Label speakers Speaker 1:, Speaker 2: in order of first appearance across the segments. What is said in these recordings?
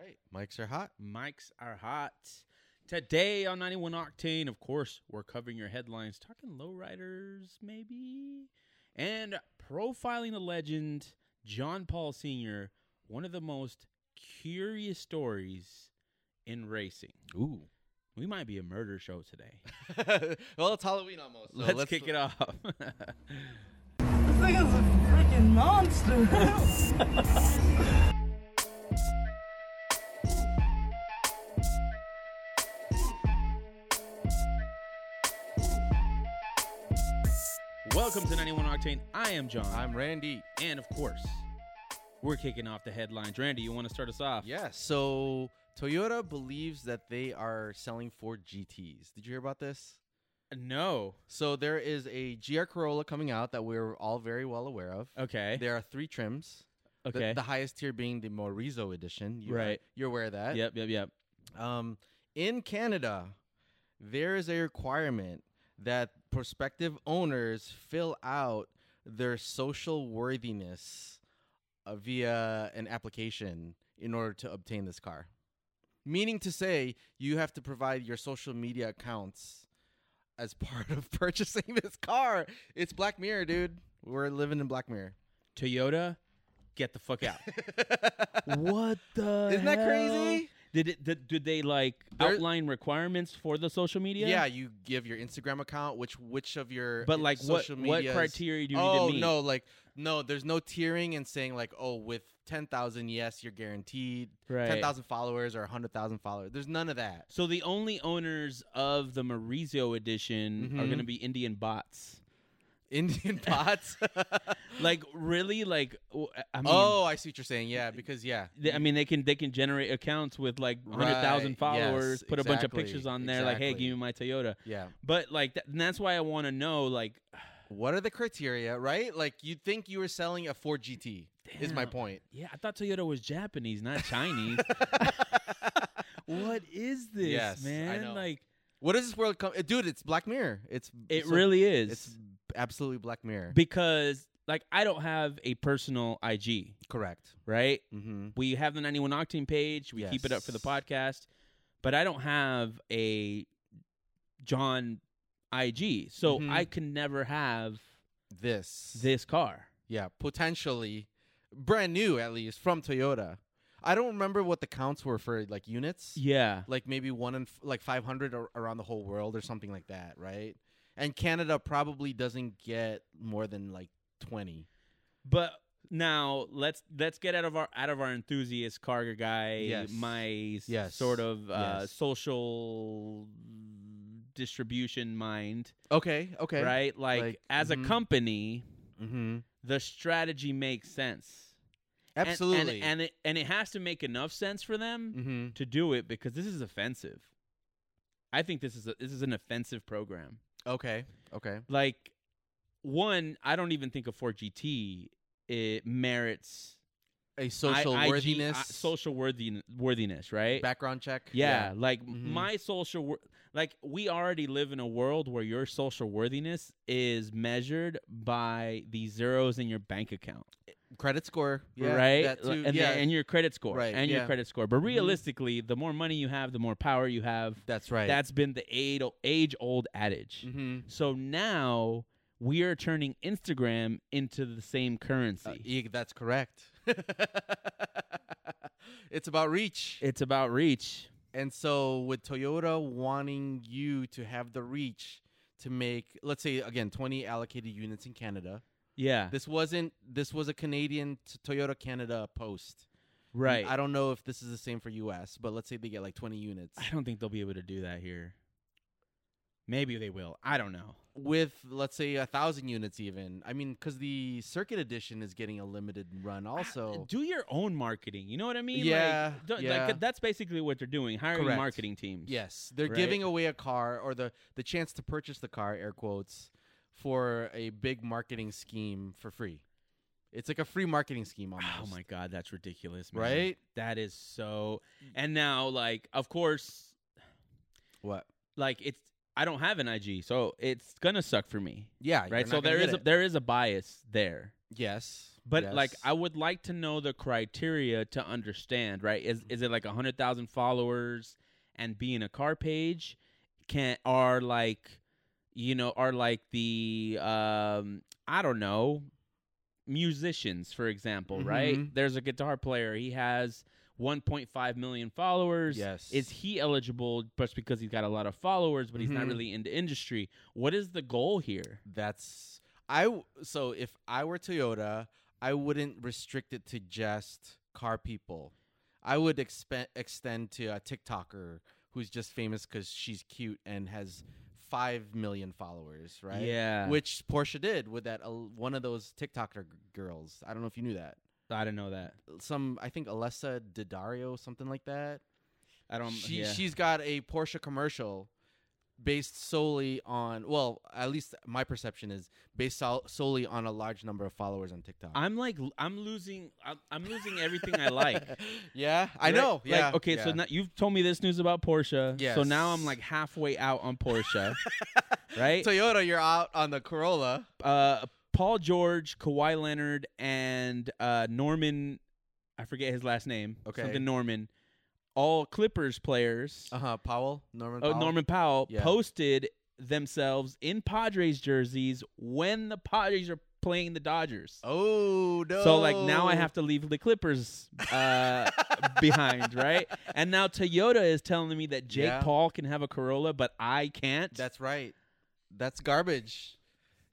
Speaker 1: right.
Speaker 2: Mics are hot.
Speaker 1: Mics are hot. Today on 91 Octane, of course, we're covering your headlines, talking lowriders, maybe, and profiling the legend, John Paul Sr., one of the most curious stories in racing.
Speaker 2: Ooh.
Speaker 1: We might be a murder show today.
Speaker 2: well, it's Halloween almost. so
Speaker 1: let's, kick it off.
Speaker 3: This thing is a freaking monster.
Speaker 1: Welcome to 91 Octane. I am John.
Speaker 2: I'm Randy.
Speaker 1: and of course, we're kicking off the headlines. Randy, you want to start us off?
Speaker 2: Yeah. So Toyota believes that they are selling Ford GTS. Did you hear about this?
Speaker 1: No.
Speaker 2: So there is a GR Corolla coming out that we're all very well aware of.
Speaker 1: Okay.
Speaker 2: There are three trims. The-
Speaker 1: okay.
Speaker 2: The, highest tier being the Morizo edition. You
Speaker 1: Right.
Speaker 2: you're aware of that.
Speaker 1: yep, yep, yep.
Speaker 2: Um, in Canada, there is a requirement that prospective owners fill out their social worthiness uh, via an application in order to obtain this car. Meaning to say, you have to provide your social media accounts as part of purchasing this car. It's Black Mirror, dude. We're living in Black Mirror.
Speaker 1: Toyota, get the fuck out. what the?
Speaker 2: Isn't that
Speaker 1: hell?
Speaker 2: crazy?
Speaker 1: Did it? Did, did they like
Speaker 2: There-
Speaker 1: outline requirements for the social media?
Speaker 2: Yeah. you give your Instagram account, which which of your
Speaker 1: But, like, what-
Speaker 2: social
Speaker 1: what
Speaker 2: medias-
Speaker 1: criteria do you need to
Speaker 2: oh,
Speaker 1: meet?
Speaker 2: no, like no, there's no tiering and saying like oh with ten thousand yes you're guaranteed
Speaker 1: Right.
Speaker 2: ten thousand followers or hundred thousand followers. There's none of that.
Speaker 1: So the only owners of the Maurizio edition are
Speaker 2: Mhm.
Speaker 1: going to be Indian bots.
Speaker 2: Indian pots.
Speaker 1: Like really? Like w- I mean,
Speaker 2: oh, I see what you're saying. Yeah, because yeah,
Speaker 1: they, I mean they can they can generate accounts with like hundred thousand
Speaker 2: Right, yes,
Speaker 1: followers, put a bunch of
Speaker 2: exactly,
Speaker 1: pictures on there, like hey,
Speaker 2: exactly.
Speaker 1: give me my Toyota.
Speaker 2: yeah.
Speaker 1: But like that, and that's why I want to know like
Speaker 2: What are the criteria? Right? Like you'd think you were selling a Ford GT. Is my
Speaker 1: Damn.
Speaker 2: point.
Speaker 1: Yeah, I thought Toyota was Japanese, not Chinese. what is this,
Speaker 2: Yes, I
Speaker 1: man?
Speaker 2: know.
Speaker 1: Like
Speaker 2: What does this world come? Dude, it's Black Mirror. It's
Speaker 1: it
Speaker 2: so-
Speaker 1: really is.
Speaker 2: It's absolutely Black Mirror.
Speaker 1: because like I don't have a personal IG,
Speaker 2: Correct.
Speaker 1: right?
Speaker 2: Mm-hmm.
Speaker 1: We have the 91 Octane page. We keep it up for the
Speaker 2: Yes.
Speaker 1: podcast, but I don't have a John IG. So
Speaker 2: Mhm.
Speaker 1: I can never have
Speaker 2: This.
Speaker 1: this car.
Speaker 2: Yeah, potentially brand new at least from Toyota. I don't remember what the counts were for like units.
Speaker 1: Yeah.
Speaker 2: Like maybe one in f- like 500 ar- around the whole world or something like that, right? And Canada probably doesn't get more than like 20.
Speaker 1: But now let's let's get out of our out of our enthusiast car guy
Speaker 2: Yes.
Speaker 1: my
Speaker 2: Yes.
Speaker 1: sort of uh,
Speaker 2: Yes.
Speaker 1: social distribution mind,
Speaker 2: Okay, okay.
Speaker 1: right? Like,
Speaker 2: Like,
Speaker 1: as
Speaker 2: mhm.
Speaker 1: a company,
Speaker 2: Mhm.
Speaker 1: the strategy makes sense. And-
Speaker 2: Absolutely.
Speaker 1: And and, it and it has to make enough sense for them
Speaker 2: Mhm.
Speaker 1: to do it because this is offensive. I think this is a, this is an offensive program.
Speaker 2: Okay. Okay.
Speaker 1: Like one, I don't even think a 4GT it merits
Speaker 2: A social
Speaker 1: I- IG
Speaker 2: worthiness
Speaker 1: I- social worthiness, worthiness, right?
Speaker 2: background check.
Speaker 1: yeah, like
Speaker 2: Mhm.
Speaker 1: my social, wor- like we already live in a world where your social worthiness is measured by the zeros in your bank account,
Speaker 2: Credit score. Yeah,
Speaker 1: right?
Speaker 2: That too.
Speaker 1: And,
Speaker 2: yeah.
Speaker 1: the- and your credit score,
Speaker 2: Right,
Speaker 1: and your
Speaker 2: yeah. Mm-hmm.
Speaker 1: credit score. But realistically, the more money you have, the more power you have.
Speaker 2: that's right.
Speaker 1: That's been the age age old adage.
Speaker 2: Mhm.
Speaker 1: So now we are turning Instagram into the same currency.
Speaker 2: Yeah, Uh, e, that's correct. it's about reach.
Speaker 1: it's about reach.
Speaker 2: And so with Toyota wanting you to have the reach to make let's say again 20 allocated units in Canada.
Speaker 1: Yeah,
Speaker 2: This wasn't this was a Canadian t- Toyota Canada post.
Speaker 1: right.
Speaker 2: I don't know if this is the same for US, but let's say they get like 20 units.
Speaker 1: I don't think they'll be able to do that here. Maybe they will. I don't know.
Speaker 2: With let's say a 1000 units even. I mean cuz the circuit edition is getting a limited run also.
Speaker 1: Ah, do your own marketing. You know what I mean?
Speaker 2: Yeah,
Speaker 1: Like, don't-
Speaker 2: yeah.
Speaker 1: like that's basically what they're doing. Hiring
Speaker 2: Correct.
Speaker 1: marketing teams.
Speaker 2: Yes, they're
Speaker 1: Right.
Speaker 2: giving away a car or the the chance to purchase the car, air quotes, for a big marketing scheme for free. It's like a free marketing scheme almost.
Speaker 1: Oh my god, that's ridiculous, man.
Speaker 2: Right?
Speaker 1: That is so. And now, like, of course,
Speaker 2: What?
Speaker 1: like it's. I don't have an IG, so it's gonna suck for me.
Speaker 2: Yeah,
Speaker 1: Right. So there is a, there is a bias there.
Speaker 2: Yes.
Speaker 1: But like,
Speaker 2: yes.
Speaker 1: I would like to know the criteria to understand, right? Is is it like a hundred thousand followers and being a car page? Can are like, you know, are like the um, I don't know, musicians, for example, right?
Speaker 2: Mhm.
Speaker 1: There's a guitar player. He has 1.5 million followers.
Speaker 2: Yes.
Speaker 1: Is he eligible just because he's got a lot of followers, but he's not
Speaker 2: Mhm.
Speaker 1: really into industry? What is the goal here?
Speaker 2: That's I w- so if I were Toyota, I wouldn't restrict it to just car people. I would expe- extend to a TikToker who's just famous cuz she's cute and has 5 million followers, right?
Speaker 1: Yeah.
Speaker 2: Which Porsche did with that uh, one of those TikToker g- girls. I don't know if you knew that.
Speaker 1: I don't know that.
Speaker 2: Some I think Alessa Daddario something like that.
Speaker 1: I don't.
Speaker 2: she
Speaker 1: yeah.
Speaker 2: she's got a Porsche commercial based solely on well, at least my perception is based sol- solely on a large number of followers on TikTok.
Speaker 1: I'm like l- I'm losing I'm, I'm losing everything I like.
Speaker 2: yeah, I
Speaker 1: Right?
Speaker 2: know.
Speaker 1: Like,
Speaker 2: Yeah.
Speaker 1: okay, so
Speaker 2: yeah.
Speaker 1: now you've told me this news about Porsche. So now I'm
Speaker 2: Yes.
Speaker 1: like halfway out on Porsche, right?
Speaker 2: Toyota, you're out on the Corolla.
Speaker 1: uh, Paul George, Kawhi Leonard, and uh, Norman. I forget his last name.
Speaker 2: Okay.
Speaker 1: something Norman. All Clippers players.
Speaker 2: Uh huh. Powell, Norman.
Speaker 1: oh,
Speaker 2: Powell.
Speaker 1: Norman Powell
Speaker 2: Yeah.
Speaker 1: posted themselves in Padres jerseys when the Padres are playing the Dodgers.
Speaker 2: Oh no.
Speaker 1: So like now I have to leave the Clippers uh, behind, right? And now Toyota is telling me that Jake
Speaker 2: Yeah.
Speaker 1: Paul can have a Corolla, but I can't.
Speaker 2: That's right. That's garbage.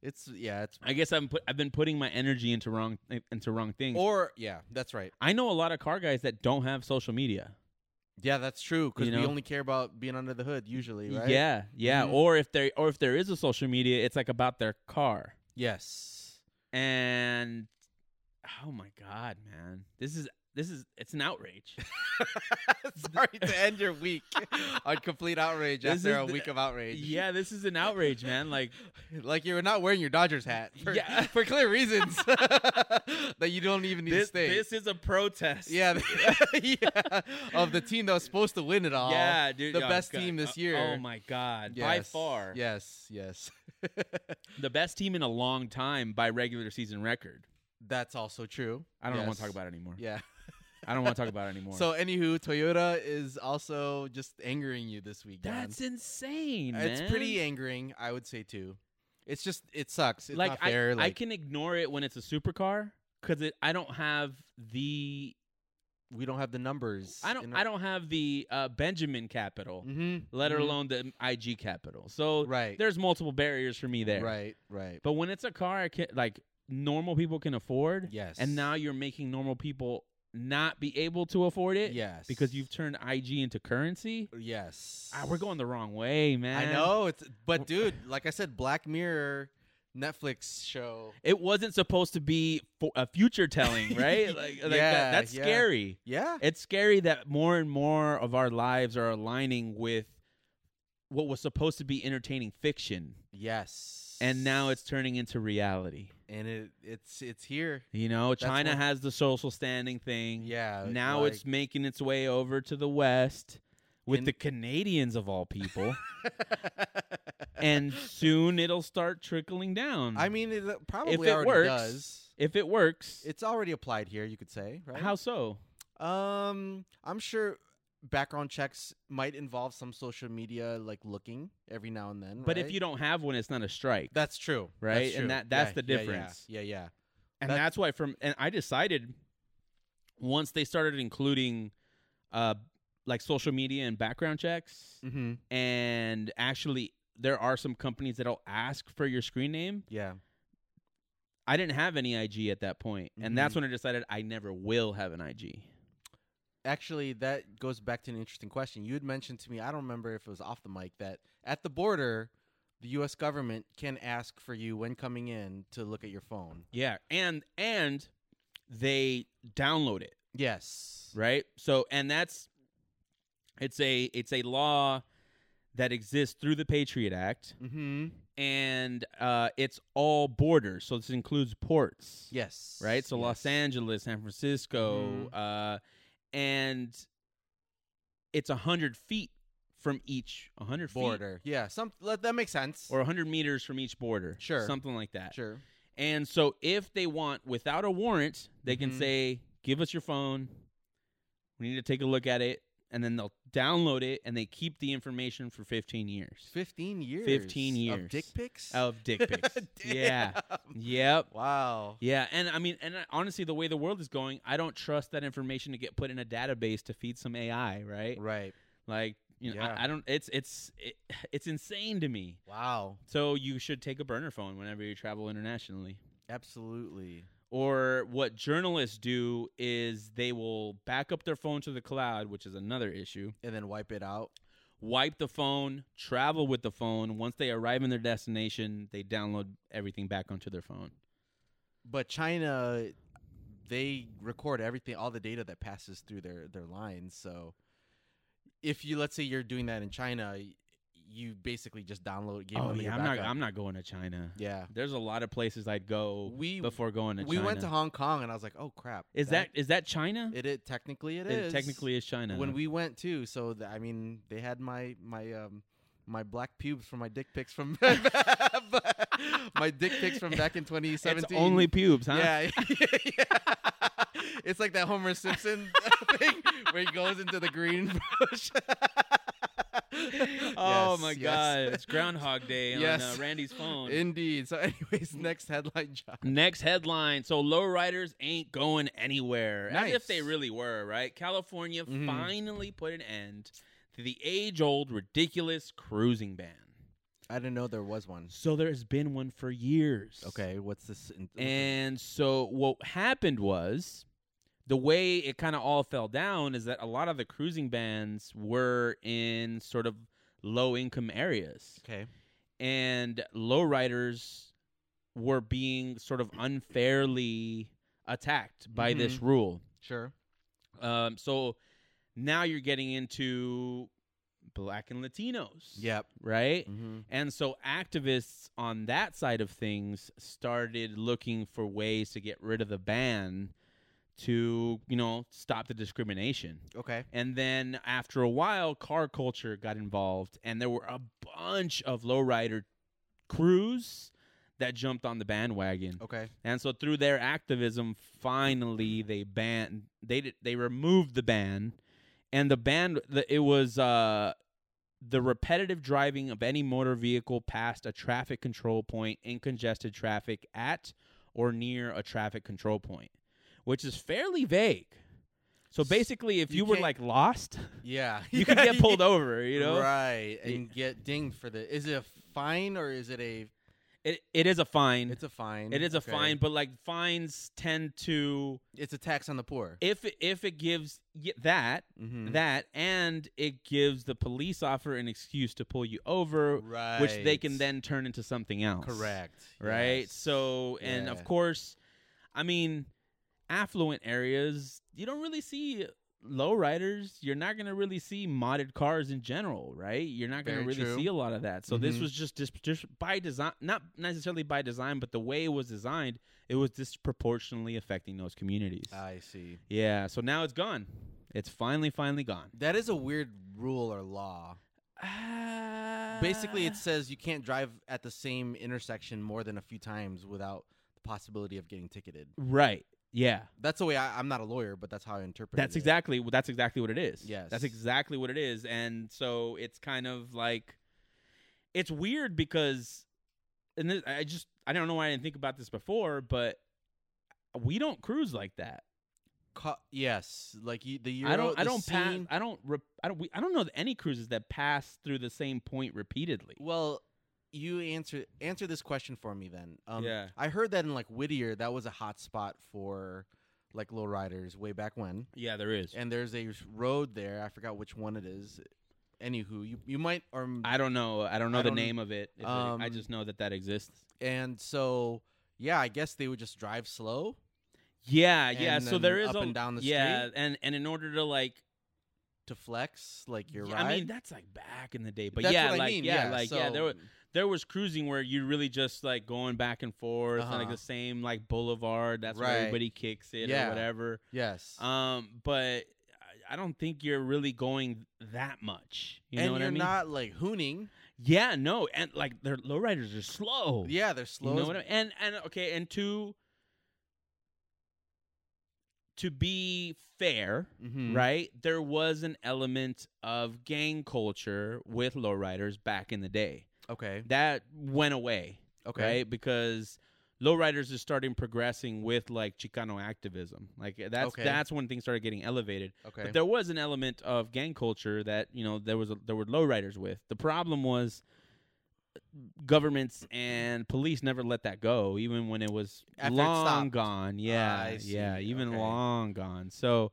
Speaker 2: It's yeah. It's
Speaker 1: I guess I'm put, I've been putting my energy into wrong into wrong things.
Speaker 2: or yeah. That's right.
Speaker 1: I know a lot of car guys that don't have social media.
Speaker 2: Yeah, that's true. Because
Speaker 1: You
Speaker 2: we
Speaker 1: know?
Speaker 2: only care about being under the hood usually, right?
Speaker 1: Yeah, yeah.
Speaker 2: Mhm.
Speaker 1: Or if there or if there is a social media, it's like about their car.
Speaker 2: Yes.
Speaker 1: And oh my god, man, this is this is it's an outrage.
Speaker 2: Sorry to end your week on complete outrage
Speaker 1: This
Speaker 2: after
Speaker 1: is
Speaker 2: a
Speaker 1: the-
Speaker 2: week of outrage.
Speaker 1: yeah, this is an outrage, man. Like
Speaker 2: Like you were not wearing your Dodgers hat. For,
Speaker 1: Yeah.
Speaker 2: For clear reasons that you don't even need to
Speaker 1: this,
Speaker 2: stay.
Speaker 1: this is a protest.
Speaker 2: yeah, yeah. Of the team that was supposed to win it all.
Speaker 1: Yeah, dude.
Speaker 2: the
Speaker 1: oh,
Speaker 2: best
Speaker 1: God.
Speaker 2: team this
Speaker 1: Oh,
Speaker 2: year.
Speaker 1: Oh my god,
Speaker 2: Yes.
Speaker 1: by far,
Speaker 2: Yes, yes.
Speaker 1: the best team in a long time by regular season record.
Speaker 2: That's also true.
Speaker 1: I don't want
Speaker 2: Yes.
Speaker 1: to talk about it anymore.
Speaker 2: Yeah.
Speaker 1: I don't want to talk about it anymore.
Speaker 2: So anywho, Toyota is also just angering you this week. Don.
Speaker 1: that's insane.
Speaker 2: it's
Speaker 1: man.
Speaker 2: pretty angering, I would say too. It's just it sucks. It's
Speaker 1: like
Speaker 2: not fair.
Speaker 1: I, I
Speaker 2: like,
Speaker 1: can ignore it when it's a supercar because I don't have the
Speaker 2: we don't have the numbers.
Speaker 1: I don't I don't have the uh, Benjamin capital,
Speaker 2: Mm-hmm.
Speaker 1: let alone the IG capital. So
Speaker 2: right,
Speaker 1: there's multiple barriers for me there.
Speaker 2: right, right.
Speaker 1: But when it's a car, I can like normal people can afford.
Speaker 2: yes,
Speaker 1: And now you're making normal people not be able to afford it.
Speaker 2: yes,
Speaker 1: Because you've turned IG into currency.
Speaker 2: yes,
Speaker 1: Ah, we're going the wrong way, man.
Speaker 2: I know it's, but dude, like I said, Black Mirror Netflix show.
Speaker 1: It wasn't supposed to be for a future telling, right? like, like
Speaker 2: Yeah,
Speaker 1: that, that's
Speaker 2: yeah.
Speaker 1: scary.
Speaker 2: Yeah,
Speaker 1: It's scary that more and more of our lives are aligning with what was supposed to be entertaining fiction,
Speaker 2: yes,
Speaker 1: and now it's turning into reality.
Speaker 2: and it it's it's here.
Speaker 1: You know,
Speaker 2: That's
Speaker 1: China
Speaker 2: one-
Speaker 1: has the social standing thing.
Speaker 2: Yeah,
Speaker 1: now
Speaker 2: like-
Speaker 1: it's making its way over to the West with
Speaker 2: And-
Speaker 1: the Canadians of all people, and soon it'll start trickling down.
Speaker 2: I mean, it uh, probably
Speaker 1: Mm-hmm. it
Speaker 2: already
Speaker 1: works,
Speaker 2: does.
Speaker 1: if it works,
Speaker 2: It's already applied here, you could say, right?
Speaker 1: how so?
Speaker 2: Um, I'm sure background checks might involve some social media like looking every now and then.
Speaker 1: But if
Speaker 2: right?
Speaker 1: you don't have one, it's not a strike,
Speaker 2: that's true,
Speaker 1: Right?
Speaker 2: That's
Speaker 1: And
Speaker 2: true.
Speaker 1: that- that's
Speaker 2: Yeah,
Speaker 1: the
Speaker 2: yeah, yeah,
Speaker 1: difference.
Speaker 2: Yeah, yeah.
Speaker 1: and
Speaker 2: that-
Speaker 1: that's why from and I decided once they started including, uh, like social media and background checks,
Speaker 2: Mm-hmm.
Speaker 1: and actually there are some companies that'll ask for your screen name.
Speaker 2: Yeah.
Speaker 1: I didn't have any IG at that point, and that's
Speaker 2: Mm-hmm.
Speaker 1: when I decided I never will have an IG.
Speaker 2: Actually, that goes back to an interesting question. You had mentioned to me, I don't remember if it was off the mic, that at the border, the U.S. government can ask for you when coming in to look at your phone.
Speaker 1: Yeah, and and they download it,
Speaker 2: Yes.
Speaker 1: right? So and that's it's a it's a law that exists through the Patriot Act,
Speaker 2: Mm-hmm.
Speaker 1: and uh, it's all borders, so this includes ports,
Speaker 2: Yes.
Speaker 1: right? So Los
Speaker 2: yes. Mm-hmm.
Speaker 1: Angeles, San Francisco, uh, and it's a hundred feet from each a hundred feet
Speaker 2: border. Yeah. Some let, that makes sense.
Speaker 1: or a hundred meters from each border,
Speaker 2: Sure.
Speaker 1: something like that.
Speaker 2: sure.
Speaker 1: And so if they want without a warrant, they can
Speaker 2: Mhm.
Speaker 1: say, "Give us your phone. We need to take a look at it." And then they'll download it and they keep the information for 15 years
Speaker 2: 15 years.
Speaker 1: 15
Speaker 2: Of
Speaker 1: years.
Speaker 2: dick pics?
Speaker 1: of dick pics. yeah. Yep.
Speaker 2: Wow.
Speaker 1: Yeah, and I mean, and uh, honestly, the way the world is going, I don't trust that information to get put in a database to feed some AI, right?
Speaker 2: Right.
Speaker 1: Like, you know, I-
Speaker 2: Yeah.
Speaker 1: I, don't. It's it's it, it's insane to me.
Speaker 2: Wow.
Speaker 1: So you should take a burner phone whenever you travel internationally.
Speaker 2: Absolutely.
Speaker 1: Or what journalists do is they will back up their phone to the cloud, which is another issue.
Speaker 2: And then wipe it out.
Speaker 1: Wipe the phone, travel with the phone. Once they arrive in their destination, they download everything back onto their phone.
Speaker 2: But China, they record everything, all the data that passes through their their lines. So, if you let's say you're doing that in China, y- you basically just download. Give
Speaker 1: Oh
Speaker 2: them
Speaker 1: yeah,
Speaker 2: your
Speaker 1: I'm not.
Speaker 2: backup.
Speaker 1: I'm not going to China.
Speaker 2: yeah,
Speaker 1: There's a lot of places I'd go
Speaker 2: we
Speaker 1: before going to
Speaker 2: we
Speaker 1: China.
Speaker 2: went to Hong Kong, and I was like, oh crap.
Speaker 1: is that is that China?
Speaker 2: it, it? Technically, it
Speaker 1: It
Speaker 2: is.
Speaker 1: technically is China.
Speaker 2: when we went too. So th- I mean, they had my my um my black pubes from my dick pics from my dick pics from back in 2017.
Speaker 1: it's only pubes, huh?
Speaker 2: Yeah, yeah. It's like that Homer Simpson thing where he goes into the green bush.
Speaker 1: Oh
Speaker 2: Yes,
Speaker 1: my
Speaker 2: yes.
Speaker 1: God! It's Groundhog Day on
Speaker 2: Yes.
Speaker 1: uh, Randy's phone.
Speaker 2: Indeed. So, anyways, next headline, John.
Speaker 1: Next headline: So lowriders ain't going anywhere, as if they
Speaker 2: Nice.
Speaker 1: really were, right? California
Speaker 2: Mhm.
Speaker 1: finally put an end to the age-old ridiculous cruising ban.
Speaker 2: I didn't know there was one.
Speaker 1: So there has been one for years.
Speaker 2: Okay, what's this? in-
Speaker 1: And so what happened was the way it kind of all fell down is that a lot of the cruising bands were in sort of low income areas
Speaker 2: okay,
Speaker 1: and lowriders were being sort of unfairly attacked by this rule.
Speaker 2: sure.
Speaker 1: Um, so now you're getting into black and Latinos.
Speaker 2: Yep.
Speaker 1: Right?
Speaker 2: Mm-hmm.
Speaker 1: And so activists on that side of things started looking for ways to get rid of the ban to, you know, stop the discrimination.
Speaker 2: Okay.
Speaker 1: And then after a while, car culture got involved, and there were a bunch of lowrider crews that jumped on the bandwagon.
Speaker 2: Okay.
Speaker 1: And so through their activism, finally they banned they did, they removed the ban, and the ban the, it was uh, the repetitive driving of any motor vehicle past a traffic control point in congested traffic at or near a traffic control point, which is fairly vague. So
Speaker 2: S-
Speaker 1: basically, if you,
Speaker 2: you
Speaker 1: were
Speaker 2: can't-
Speaker 1: like lost,
Speaker 2: Yeah.
Speaker 1: you could get pulled over. You know,
Speaker 2: Right, and get dinged for the. Is it a fine or is it a?
Speaker 1: it it is a fine.
Speaker 2: It's a fine.
Speaker 1: Mm. it is a
Speaker 2: okay.
Speaker 1: fine, but like fines tend to
Speaker 2: It's a tax on the poor.
Speaker 1: if it- if it gives y- that
Speaker 2: mm-hmm.
Speaker 1: that and it gives the police officer an excuse to pull you over
Speaker 2: right.
Speaker 1: which they can then turn into something else
Speaker 2: correct.
Speaker 1: right
Speaker 2: yes.
Speaker 1: so and
Speaker 2: Yeah.
Speaker 1: of course i mean affluent areas you don't really see lowriders you're not going to really see modded cars in general right you're not going to
Speaker 2: Very
Speaker 1: really
Speaker 2: true.
Speaker 1: see a lot of that so this
Speaker 2: Mhm.
Speaker 1: was just, dis- just by design not necessarily by design but the way it was designed it was disproportionately affecting those communities
Speaker 2: I see.
Speaker 1: yeah so now it's gone it's finally finally gone
Speaker 2: That is a weird rule or law. Uh,
Speaker 1: Uh.
Speaker 2: Basically, it says you can't drive at the same intersection more than a few times without the possibility of getting ticketed.
Speaker 1: right. Yeah,
Speaker 2: That's the way I, I'm not a lawyer, but that's how I interpret it.
Speaker 1: that's exactly that's exactly what it is.
Speaker 2: Yes.
Speaker 1: that's exactly what it is, and so it's kind of like it's weird because, and this, I just I don't know why I didn't think about this before, but we don't cruise like that.
Speaker 2: Co- yes, like you, the Euro,
Speaker 1: I don't I
Speaker 2: the
Speaker 1: don't pass
Speaker 2: scene-
Speaker 1: I don't re, I don't we, I don't know any cruises that pass through the same point repeatedly.
Speaker 2: Well, you answer answer this question for me then. Um,
Speaker 1: Yeah.
Speaker 2: I heard that in like Whittier, that was a hot spot for like lowriders way back when.
Speaker 1: Yeah, there is.
Speaker 2: And there's a road there. I forgot which one it is. Anywho, you you might or
Speaker 1: I don't know. I don't know
Speaker 2: I
Speaker 1: the
Speaker 2: don't-
Speaker 1: name of it. if it- I
Speaker 2: um,
Speaker 1: just know that that exists.
Speaker 2: and so yeah, I guess they would just drive slow.
Speaker 1: Yeah, yeah.
Speaker 2: and
Speaker 1: So
Speaker 2: then
Speaker 1: there is
Speaker 2: up
Speaker 1: a,
Speaker 2: and down the
Speaker 1: yeah, and and in order to like,
Speaker 2: to flex like your
Speaker 1: yeah,
Speaker 2: ride.
Speaker 1: I mean that's like back in the day, but
Speaker 2: That's
Speaker 1: yeah,
Speaker 2: what I
Speaker 1: like
Speaker 2: mean,
Speaker 1: yeah, like yeah, there
Speaker 2: so-
Speaker 1: was there was cruising where you really just like going back and forth, on, like
Speaker 2: Uh-huh.
Speaker 1: the same like boulevard. That's where
Speaker 2: Right.
Speaker 1: everybody kicks it or
Speaker 2: Yeah.
Speaker 1: whatever.
Speaker 2: yes,
Speaker 1: Um, but I- I don't think you're really going that much. You
Speaker 2: and
Speaker 1: know what
Speaker 2: you're
Speaker 1: I mean?
Speaker 2: not like hooning.
Speaker 1: Yeah, no, and like their lowriders are slow.
Speaker 2: Yeah, they're slow.
Speaker 1: Oh. You know
Speaker 2: as-
Speaker 1: what I mean? And and okay, and to to be fair,
Speaker 2: Mhm.
Speaker 1: right? There was an element of gang culture with lowriders back in the day.
Speaker 2: Okay.
Speaker 1: That went away,
Speaker 2: Okay.
Speaker 1: right? Because lowriders is starting progressing with like Chicano activism. Like that's
Speaker 2: Okay.
Speaker 1: that's when things started getting elevated.
Speaker 2: Okay.
Speaker 1: But there was an element of gang culture that you know there was a, there were lowriders with. The problem was uh, governments and police never let that go, even when it was
Speaker 2: After it
Speaker 1: long
Speaker 2: stopped. Ah,
Speaker 1: gone. Yeah,
Speaker 2: I
Speaker 1: yeah,
Speaker 2: see.
Speaker 1: even
Speaker 2: Okay.
Speaker 1: long gone. So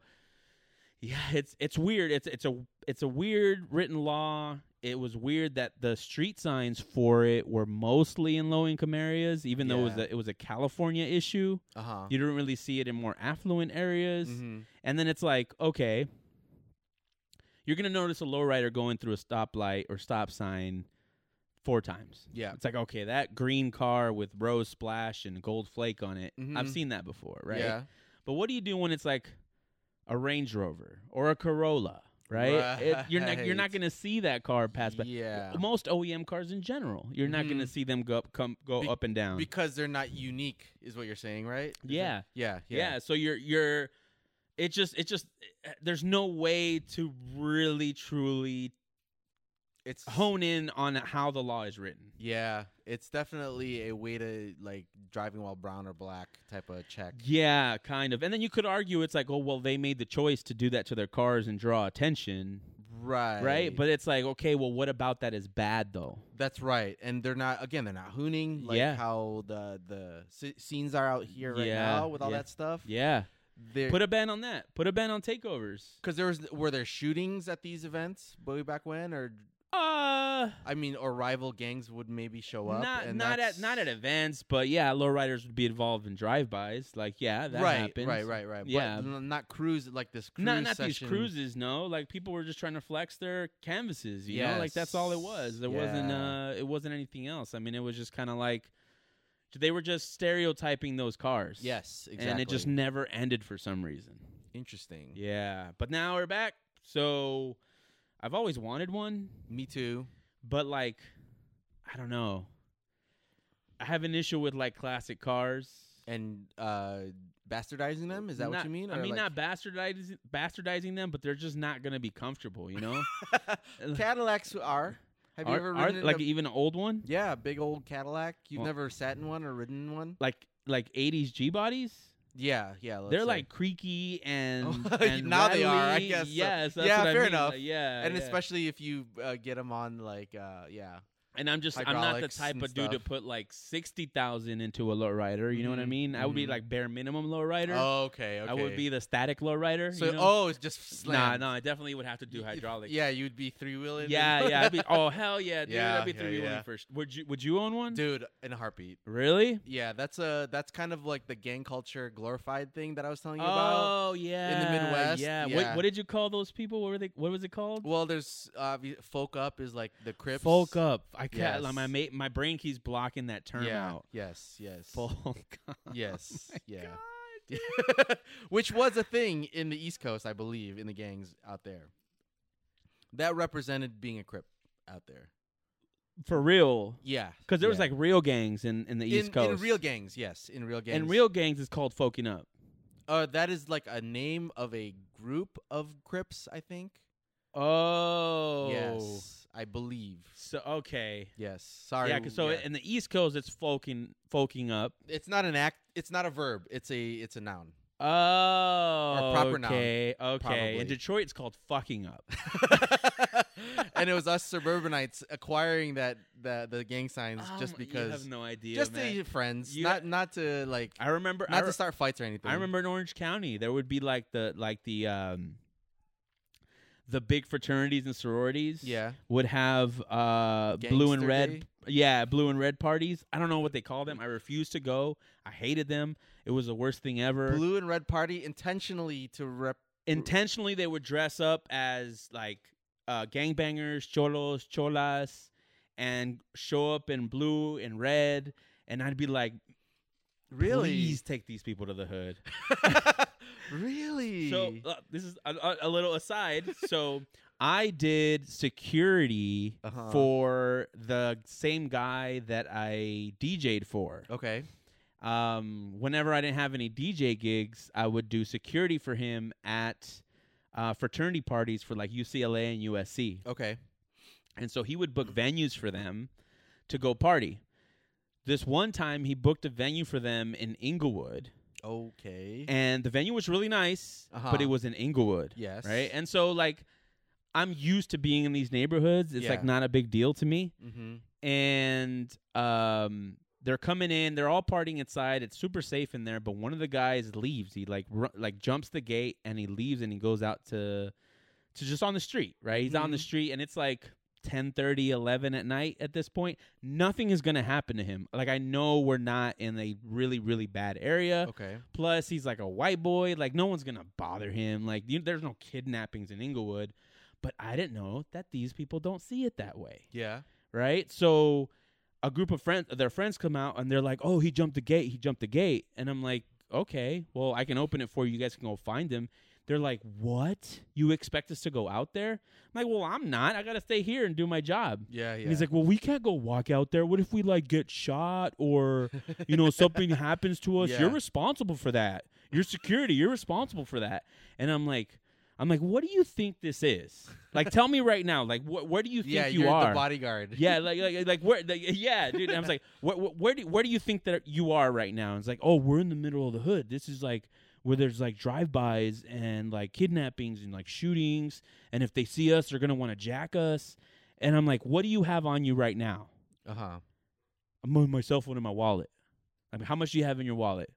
Speaker 1: yeah, it's it's weird. It's it's a it's a weird written law. It was weird that the street signs for it were mostly in low income areas, even though it was
Speaker 2: Yeah.
Speaker 1: a, it was a California issue.
Speaker 2: uh huh.
Speaker 1: You didn't really see it in more affluent areas.
Speaker 2: Mm-hmm.
Speaker 1: And then it's like, okay, you're gonna notice a lowrider going through a stoplight or stop sign four times.
Speaker 2: Yeah.
Speaker 1: It's like, okay, that green car with rose splash and gold flake on it, I've
Speaker 2: Mhm.
Speaker 1: seen that before, right?
Speaker 2: Yeah.
Speaker 1: But what do you do when it's like a Range Rover or a Corolla, right? It- you're not you're not
Speaker 2: Right.
Speaker 1: gonna see that car pass by.
Speaker 2: Yeah. Mm-hmm.
Speaker 1: Most OEM cars in general, you're not gonna see them go up, come go
Speaker 2: Be-
Speaker 1: up and down.
Speaker 2: Because they're not unique, is what you're saying, right? Is it-
Speaker 1: Yeah.
Speaker 2: Yeah.
Speaker 1: yeah. so you're you're it just it just eh, there's no way to really truly
Speaker 2: It's
Speaker 1: hone in on how the law is written
Speaker 2: Yeah, it's definitely a way to like driving while brown or black type of check.
Speaker 1: yeah kind of and then you could argue it's like oh well they made the choice to do that to their cars and draw attention
Speaker 2: Right.
Speaker 1: right, but it's like okay well what about that is bad though
Speaker 2: that's right. And they're not again, they're not hooning like
Speaker 1: Yeah.
Speaker 2: how the the sce- scenes are out here right
Speaker 1: Yeah,
Speaker 2: now with all
Speaker 1: yeah.
Speaker 2: that stuff.
Speaker 1: yeah
Speaker 2: They're,
Speaker 1: put a ban on that put a ban on takeovers
Speaker 2: cuz there was were there shootings at these events way back when or
Speaker 1: uh
Speaker 2: I mean or rival gangs would maybe show up
Speaker 1: not
Speaker 2: and
Speaker 1: not at
Speaker 2: that's-
Speaker 1: not at events but yeah lowriders would be involved in drive-bys like yeah that
Speaker 2: right,
Speaker 1: happens
Speaker 2: right, right, right.
Speaker 1: Yeah.
Speaker 2: But n- not cruise like this cruise
Speaker 1: not not
Speaker 2: session.
Speaker 1: these cruises no like people were just trying to flex their canvases you know like that's all it was there wasn't
Speaker 2: Yes.
Speaker 1: uh it wasn't anything else i mean it was just kind of like they were just stereotyping those cars
Speaker 2: Yes, exactly. Mm-hmm.
Speaker 1: and it just never ended for some reason
Speaker 2: interesting.
Speaker 1: yeah but now we're back so i've always wanted one
Speaker 2: Me too.
Speaker 1: but like i don't know i have an issue with like classic cars
Speaker 2: and uh bastardizing them is that what
Speaker 1: Not-
Speaker 2: you mean
Speaker 1: I
Speaker 2: Or,
Speaker 1: mean,
Speaker 2: like-
Speaker 1: not bastardizing, bastardizing them, but they're just not gonna be comfortable, you know.
Speaker 2: cadillacs are have you
Speaker 1: Are-
Speaker 2: ever
Speaker 1: are-
Speaker 2: ridden in
Speaker 1: like
Speaker 2: a-
Speaker 1: even an old one?
Speaker 2: yeah big old cadillac you've
Speaker 1: Well-
Speaker 2: never sat in one or ridden in one
Speaker 1: Like like 80s G bodies?
Speaker 2: yeah yeah let's
Speaker 1: They're
Speaker 2: say.
Speaker 1: like creaky and,
Speaker 2: Oh,
Speaker 1: and
Speaker 2: now they are, I
Speaker 1: rattly.
Speaker 2: guess so.
Speaker 1: Yes, that's
Speaker 2: Yeah,
Speaker 1: what I
Speaker 2: fair
Speaker 1: mean.
Speaker 2: enough.
Speaker 1: Like, yeah,
Speaker 2: and
Speaker 1: uh, yeah.
Speaker 2: especially if you uh, get them on like uh yeah
Speaker 1: and I'm just I'm not the
Speaker 2: hydraulics
Speaker 1: type
Speaker 2: and
Speaker 1: of dude to
Speaker 2: stuff.
Speaker 1: put like sixty thousand into a lowrider. You know what I
Speaker 2: Mhm,
Speaker 1: mean? I would be
Speaker 2: mhm.
Speaker 1: like bare minimum lowrider.
Speaker 2: okay Oh, okay
Speaker 1: I would be the static lowrider.
Speaker 2: so
Speaker 1: you know?
Speaker 2: oh it's just
Speaker 1: nah,
Speaker 2: slammed.
Speaker 1: nah, I definitely would have to do
Speaker 2: Y- if-
Speaker 1: hydraulics.
Speaker 2: yeah you'd be three wheeling
Speaker 1: yeah, yeah. I'd be, oh hell yeah, dude!
Speaker 2: Yeah,
Speaker 1: I'd be
Speaker 2: yeah,
Speaker 1: three wheeling
Speaker 2: yeah.
Speaker 1: first. Would you Would you own one?
Speaker 2: dude in a heartbeat
Speaker 1: Really?
Speaker 2: yeah that's a that's kind of like the gang culture glorified thing that i was telling you about
Speaker 1: Oh yeah,
Speaker 2: Midwest,
Speaker 1: Yeah.
Speaker 2: yeah.
Speaker 1: What, what did you call those people? What were they? What was it called?
Speaker 2: well there's obvi- folk up is like the crips
Speaker 1: Folk up. I can't. Like, my
Speaker 2: Yes.
Speaker 1: mate, my brain keeps blocking that term
Speaker 2: yeah.
Speaker 1: out.
Speaker 2: Yes, yes.
Speaker 1: Folk. up.
Speaker 2: Yes, yeah.
Speaker 1: God.
Speaker 2: Which was a thing in the East Coast, I believe, in the gangs out there. That represented being a Crip out there.
Speaker 1: For real,
Speaker 2: Yeah.
Speaker 1: because there was
Speaker 2: yeah.
Speaker 1: like real gangs in in the
Speaker 2: in,
Speaker 1: East Coast.
Speaker 2: in real gangs, yes, in real gangs.
Speaker 1: and real gangs is called folking up.
Speaker 2: uh that is like a name of a group of Crips, I think.
Speaker 1: Oh.
Speaker 2: Yes, I believe.
Speaker 1: So okay.
Speaker 2: Yes. Sorry.
Speaker 1: yeah. 'cause So in the East Coast, it's folking folking up.
Speaker 2: it's not an act, it's not a verb, it's a it's a noun.
Speaker 1: Oh,
Speaker 2: proper noun,
Speaker 1: okay, okay.
Speaker 2: probably.
Speaker 1: In Detroit, it's called fucking up.
Speaker 2: and it was us suburbanites acquiring that the the gang signs just
Speaker 1: Um, you have
Speaker 2: because
Speaker 1: no idea.
Speaker 2: just
Speaker 1: man.
Speaker 2: to friends,
Speaker 1: You-
Speaker 2: not not to like
Speaker 1: I remember. I,
Speaker 2: not
Speaker 1: re-
Speaker 2: to start fights or anything.
Speaker 1: I remember in Orange County, there would be like the like the um the big fraternities and sororities.
Speaker 2: Yeah.
Speaker 1: would have uh blue and
Speaker 2: Gangster
Speaker 1: red.
Speaker 2: Day?
Speaker 1: Yeah, blue and red parties. I don't know what they call them. I refused to go. I hated them. It was the worst thing ever.
Speaker 2: Blue and red party intentionally to rep.
Speaker 1: Intentionally, they would dress up as like uh gangbangers, cholos, cholas, and show up in blue and red. And I'd be like,
Speaker 2: Really,
Speaker 1: please take these people to the hood.
Speaker 2: really.
Speaker 1: So uh, this is a, a, a little aside. So I did security
Speaker 2: Uh-huh.
Speaker 1: for the same guy that I DJ'd for.
Speaker 2: Okay.
Speaker 1: Um, whenever I didn't have any DJ gigs, I would do security for him at uh, fraternity parties for like UCLA and USC.
Speaker 2: Okay.
Speaker 1: And so he would book venues for them to go party. This one time, he booked a venue for them in Inglewood,
Speaker 2: Okay.
Speaker 1: and the venue was really nice,
Speaker 2: Uh-huh.
Speaker 1: but it was in Inglewood.
Speaker 2: yes.
Speaker 1: Right. And so, like, I'm used to being in these neighborhoods. It's like
Speaker 2: Yeah.
Speaker 1: not a big deal to me.
Speaker 2: mm-hmm.
Speaker 1: And um, they're coming in. They're all partying inside. It's super safe in there. But one of the guys leaves. He like ru- like jumps the gate and he leaves and he goes out to to just on the street. Right. He's out on the
Speaker 2: Mhm.
Speaker 1: street and it's like 10 11 at night at this point nothing is gonna happen to him like i know we're not in a really really bad area
Speaker 2: Okay.
Speaker 1: Plus, he's like a white boy. Like, no one's gonna bother him. Like, you, there's no kidnappings in Inglewood. But I didn't know that these people don't see it that way,
Speaker 2: Yeah.
Speaker 1: right? So, a group of friends, their friends come out and they're like, "Oh, he jumped the gate. He jumped the gate." And I'm like, "Okay, well, I can open it for you. You guys can go find him." They're like, "What? You expect us to go out there?" I'm like, "Well, I'm not. I gotta stay here and do my job."
Speaker 2: Yeah. Yeah.
Speaker 1: And he's like, "Well, we can't go walk out there. What if we like get shot or you know something happens to us?
Speaker 2: Yeah.
Speaker 1: You're responsible for that. Your security, you're responsible for that." And I'm like, "I'm like, what do you think this is? Like, tell me right now. Like, wh- where do you think
Speaker 2: yeah,
Speaker 1: you
Speaker 2: are
Speaker 1: are?
Speaker 2: the bodyguard.
Speaker 1: yeah, like, like, like where? Like, yeah, dude." And I was like, where, where, "Where do where do you think that you are right now?" And it's like, "Oh, we're in the middle of the hood. This is like." Where there's like drive-bys and like kidnappings and like shootings, and if they see us, they're gonna want to jack us. And I'm like, what do you have on you right now?
Speaker 2: Uh huh.
Speaker 1: I'm on my cell phone in my wallet. I mean, how much do you have in your wallet?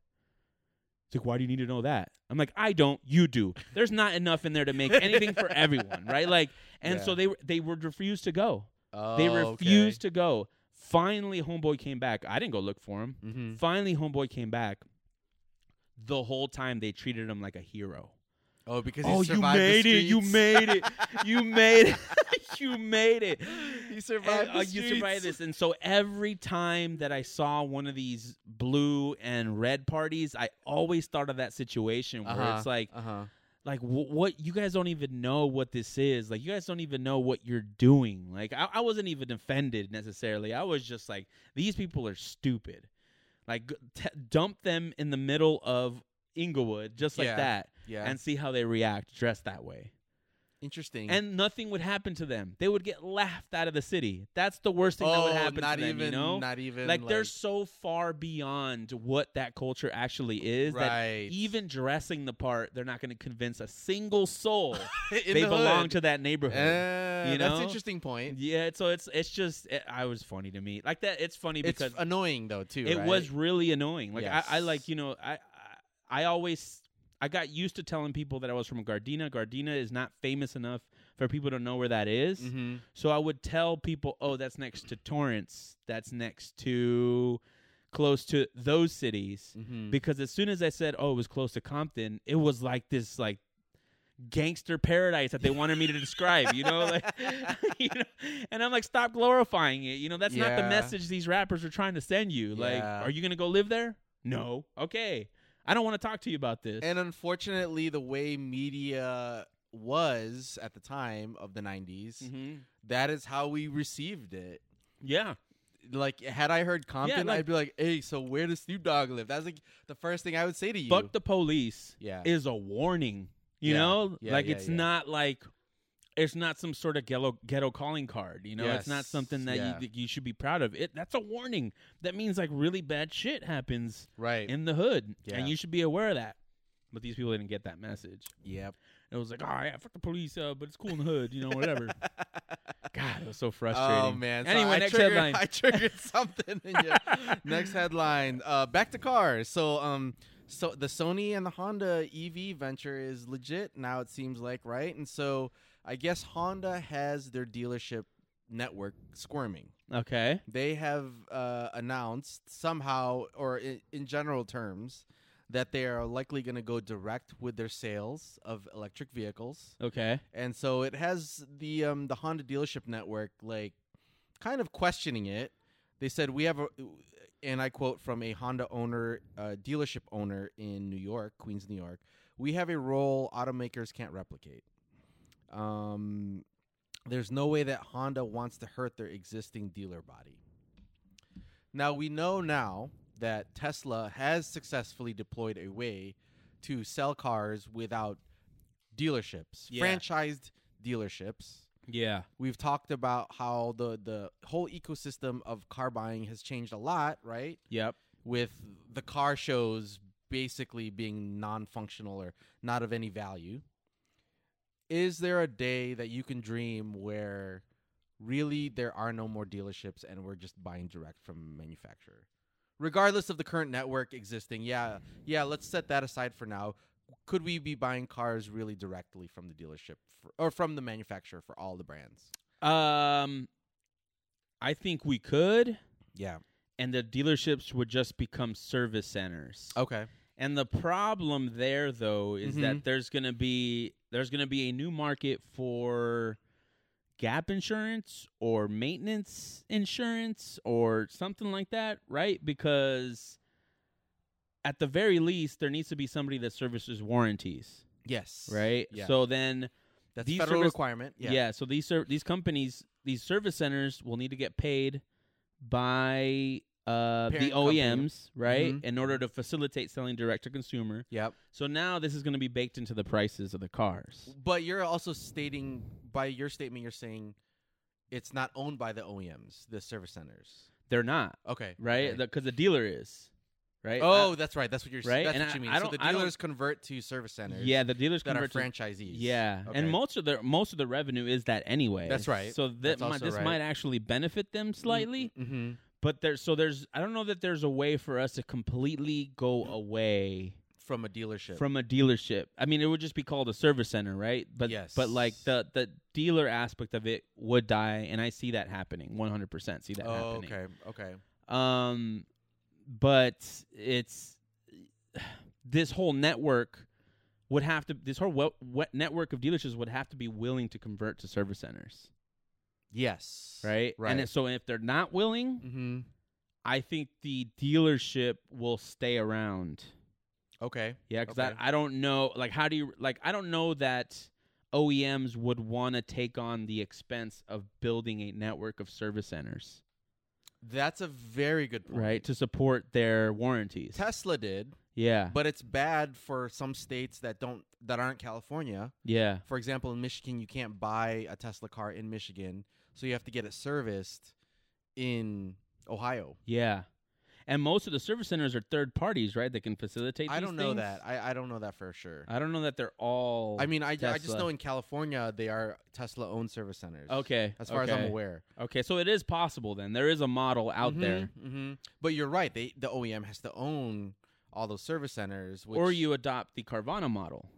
Speaker 1: It's like, why do you need to know that? I'm like, I don't, you do. There's not enough in there to make anything for everyone, right? Like, and
Speaker 2: Yeah.
Speaker 1: so they were they would refuse to go.
Speaker 2: Oh,
Speaker 1: They refused to go. Finally, homeboy came back. I didn't go look for him.
Speaker 2: Mm-hmm.
Speaker 1: Finally, homeboy came back. The whole time they treated him like a hero.
Speaker 2: Oh, because
Speaker 1: Oh,
Speaker 2: he
Speaker 1: you
Speaker 2: survived the
Speaker 1: made it! You
Speaker 2: streets.
Speaker 1: made it! You made it! you made it!
Speaker 2: He
Speaker 1: And,
Speaker 2: survived.
Speaker 1: uh,
Speaker 2: the
Speaker 1: you survived
Speaker 2: streets.
Speaker 1: this. And so every time that I saw one of these blue and red parties, I always thought of that situation where
Speaker 2: Uh-huh.
Speaker 1: it's like,
Speaker 2: Uh-huh.
Speaker 1: like wh- what you guys don't even know what this is. Like you guys don't even know what you're doing. Like I, I wasn't even offended necessarily. I was just like, these people are stupid. Like g- t- dump them in the middle of Inglewood just like
Speaker 2: Yeah.
Speaker 1: that
Speaker 2: Yeah.
Speaker 1: and see how they react dressed that way
Speaker 2: Interesting.
Speaker 1: and nothing would happen to them. They would get laughed out of the city. That's the worst thing that would
Speaker 2: Oh,
Speaker 1: happen
Speaker 2: Not
Speaker 1: to them.
Speaker 2: even.
Speaker 1: you know,
Speaker 2: Not even.
Speaker 1: like, they're so far beyond what that culture actually is
Speaker 2: right.
Speaker 1: that even dressing the part, they're not going to convince a single soul
Speaker 2: In
Speaker 1: they
Speaker 2: the
Speaker 1: belong
Speaker 2: hood.
Speaker 1: to that neighborhood.
Speaker 2: Eh,
Speaker 1: you
Speaker 2: that's
Speaker 1: know?
Speaker 2: interesting point.
Speaker 1: yeah, so it's it's just it, I was funny to me like that. It's funny
Speaker 2: It's
Speaker 1: because
Speaker 2: annoying though too.
Speaker 1: it
Speaker 2: right?
Speaker 1: was really annoying. Like I, I
Speaker 2: Yes.
Speaker 1: like you know I I I always I got used to telling people that I was from Gardena. Gardena is not famous enough for people to know where that is.
Speaker 2: Mhm.
Speaker 1: So I would tell people, oh, that's next to Torrance. That's next to close to those cities.
Speaker 2: Mhm.
Speaker 1: Because as soon as I said, oh, it was close to Compton, it was like this like gangster paradise that they wanted me to describe, you know? Like you know? and I'm like, stop glorifying it. You know, that's not the
Speaker 2: Yeah.
Speaker 1: message these rappers are trying to send you. Like,
Speaker 2: Yeah.
Speaker 1: are you gonna go live there? No. Okay. I don't want to talk to you about this.
Speaker 2: And unfortunately, the way media was at the time of the 90s,
Speaker 1: hmm
Speaker 2: that is how we received it.
Speaker 1: Yeah.
Speaker 2: Like, had I heard Compton,
Speaker 1: like-
Speaker 2: I'd be like, hey, so where does Snoop Dogg live? That's like the first thing I would say to you.
Speaker 1: Fuck the police.
Speaker 2: yeah.
Speaker 1: is a warning. You
Speaker 2: Yeah.
Speaker 1: know,
Speaker 2: Yeah,
Speaker 1: like
Speaker 2: yeah,
Speaker 1: it's
Speaker 2: yeah.
Speaker 1: not like it's not some sort of ghetto, ghetto calling card. You know, it's not
Speaker 2: Yes,
Speaker 1: something that
Speaker 2: yeah.
Speaker 1: you you should be proud of. It that's a warning. That means like really bad shit happens
Speaker 2: right.
Speaker 1: in the hood,
Speaker 2: Yeah.
Speaker 1: and you should be aware of that. But these people didn't get that message.
Speaker 2: yep.
Speaker 1: It was like, all right, fuck the police, uh, but it's cool in the hood, you know, whatever. God, it was so frustrating.
Speaker 2: Oh, man. So
Speaker 1: Anyway,
Speaker 2: I
Speaker 1: next
Speaker 2: triggered,
Speaker 1: headline.
Speaker 2: I triggered something in you. next headline. Uh, back to cars. So, um, so the Sony and the Honda EV venture is legit now. It seems like right, and so I guess Honda has their dealership network squirming.
Speaker 1: okay.
Speaker 2: They have uh, announced somehow, or in, in general terms, that they are likely going to go direct with their sales of electric vehicles,
Speaker 1: Okay.
Speaker 2: and so it has the um, the Honda dealership network like kind of questioning it. They said we have a, and I quote from a Honda owner, uh, dealership owner in New York, Queens, New York. We have a role automakers can't replicate. Um, there's no way that Honda wants to hurt their existing dealer body. Now we know now that Tesla has successfully deployed a way to sell cars without dealerships,
Speaker 1: Yeah.
Speaker 2: franchised dealerships.
Speaker 1: Yeah.
Speaker 2: We've talked about how the the whole ecosystem of car buying has changed a lot, right?
Speaker 1: Yep.
Speaker 2: With the car shows basically being non-functional or not of any value. Is there a day that you can dream where really there are no more dealerships and we're just buying direct from manufacturer? Regardless of the current network existing. Yeah, yeah, let's set that aside for now. Could we be buying cars really directly from the dealership for, or from the manufacturer for all the brands?
Speaker 1: Um, I think we could,
Speaker 2: Yeah.
Speaker 1: and the dealerships would just become service centers.
Speaker 2: Okay.
Speaker 1: And the problem there, though, is that there's gonna be there's gonna be a new market for gap insurance or maintenance insurance or something like that, right? Because at the very least, there needs to be somebody that services warranties,
Speaker 2: Yes.
Speaker 1: right?
Speaker 2: Yeah.
Speaker 1: So then
Speaker 2: That's
Speaker 1: these
Speaker 2: federal
Speaker 1: service-
Speaker 2: requirement.
Speaker 1: Yeah.
Speaker 2: Yeah.
Speaker 1: so these ser- these companies, these service centers will need to get paid by uh, the
Speaker 2: Parent company.
Speaker 1: OEMs, right,
Speaker 2: Mhm.
Speaker 1: in order to facilitate selling direct to consumer.
Speaker 2: Yep.
Speaker 1: So now this is going to be baked into the prices of the cars.
Speaker 2: But you're also stating by your statement, you're saying it's not owned by the OEMs, the service centers.
Speaker 1: They're not
Speaker 2: Okay.
Speaker 1: right
Speaker 2: okay.
Speaker 1: because the dealer is right.
Speaker 2: oh, that's right. That's what you're.
Speaker 1: right?
Speaker 2: saying. That's
Speaker 1: And
Speaker 2: what
Speaker 1: I-
Speaker 2: you mean.
Speaker 1: I
Speaker 2: so
Speaker 1: don't-
Speaker 2: the
Speaker 1: I don't-
Speaker 2: dealers convert to service centers.
Speaker 1: yeah, the dealers
Speaker 2: That are
Speaker 1: convert to-
Speaker 2: franchisees.
Speaker 1: Yeah,
Speaker 2: Okay.
Speaker 1: and most of their most of the revenue is that anyway.
Speaker 2: That's right.
Speaker 1: So that
Speaker 2: That's
Speaker 1: might,
Speaker 2: also
Speaker 1: this
Speaker 2: right.
Speaker 1: might actually benefit them slightly.
Speaker 2: Mm-hmm.
Speaker 1: But there's so there's I don't know that there's a way for us to completely go away
Speaker 2: From a dealership.
Speaker 1: from a dealership. I mean, it would just be called a service center, right? But
Speaker 2: Yes.
Speaker 1: but like the the dealer aspect of it would die, and I see that happening. One hundred percent see that
Speaker 2: Oh,
Speaker 1: happening.
Speaker 2: okay. Okay.
Speaker 1: Um, but it's this whole network would have to this whole wet, wet network of dealerships would have to be willing to convert to service centers,
Speaker 2: Yes.
Speaker 1: right?
Speaker 2: Right.
Speaker 1: And so if they're not willing,
Speaker 2: Mm-hmm.
Speaker 1: I think the dealership will stay around.
Speaker 2: Okay.
Speaker 1: Yeah, because
Speaker 2: Okay.
Speaker 1: I, I don't know. Like, how do you like? I don't know that OEMs would want to take on the expense of building a network of service centers,
Speaker 2: That's a very good point.
Speaker 1: right, to support their warranties.
Speaker 2: Tesla did,
Speaker 1: yeah,
Speaker 2: but it's bad for some states that don't that aren't California.
Speaker 1: yeah,
Speaker 2: for example, in Michigan, you can't buy a Tesla car in Michigan, so you have to get it serviced in Ohio.
Speaker 1: yeah. And most of the service centers are third parties, right? That can facilitate.
Speaker 2: I
Speaker 1: these
Speaker 2: don't know
Speaker 1: things?
Speaker 2: that. I, I don't know that for sure.
Speaker 1: I don't know that they're all.
Speaker 2: I mean, I, I just
Speaker 1: Tesla.
Speaker 2: know in California they are Tesla owned service centers.
Speaker 1: okay,
Speaker 2: as far as
Speaker 1: okay.
Speaker 2: I'm aware,
Speaker 1: Okay, so it is possible then. There is a model out there,
Speaker 2: hmm But you're right. They the OEM has to own all those service centers, which,
Speaker 1: or you adopt the Carvana model,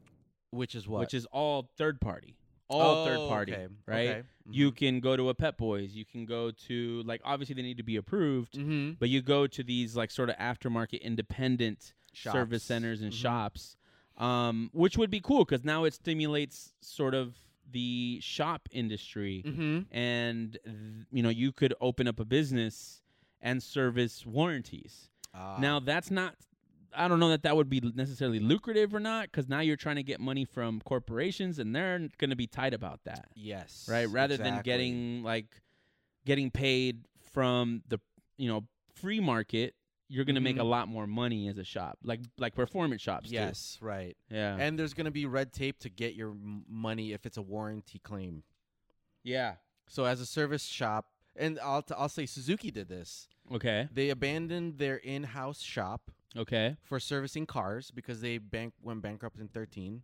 Speaker 2: which is what Oh,
Speaker 1: which is all third party, all third party, right? You can go to a Pet Boys. You can go to like obviously they need to be approved,
Speaker 2: hmm
Speaker 1: but you go to these like sort of aftermarket independent service centers
Speaker 2: Mm-hmm.
Speaker 1: and shops, um, which would be cool because now it stimulates sort of the shop industry,
Speaker 2: hmm
Speaker 1: and th- you know you could open up a business and service warranties. Now that's not. I don't know that that would be necessarily lucrative or not, because now you're trying to get money from corporations, and they're going to be tight about that
Speaker 2: yes,
Speaker 1: right rather than
Speaker 2: exactly.
Speaker 1: getting like getting paid from the you know free market you're gonna make
Speaker 2: Mhm.
Speaker 1: a lot more money as a shop like like performance shops do.
Speaker 2: yes, right.
Speaker 1: yeah
Speaker 2: and there's going to be red tape to get your m- money if it's a warranty claim.
Speaker 1: yeah
Speaker 2: So as a service shop, and I'll t- I'll say Suzuki did this.
Speaker 1: okay
Speaker 2: They abandoned their in-house shop
Speaker 1: okay
Speaker 2: for servicing cars because they bank went bankrupt in 13.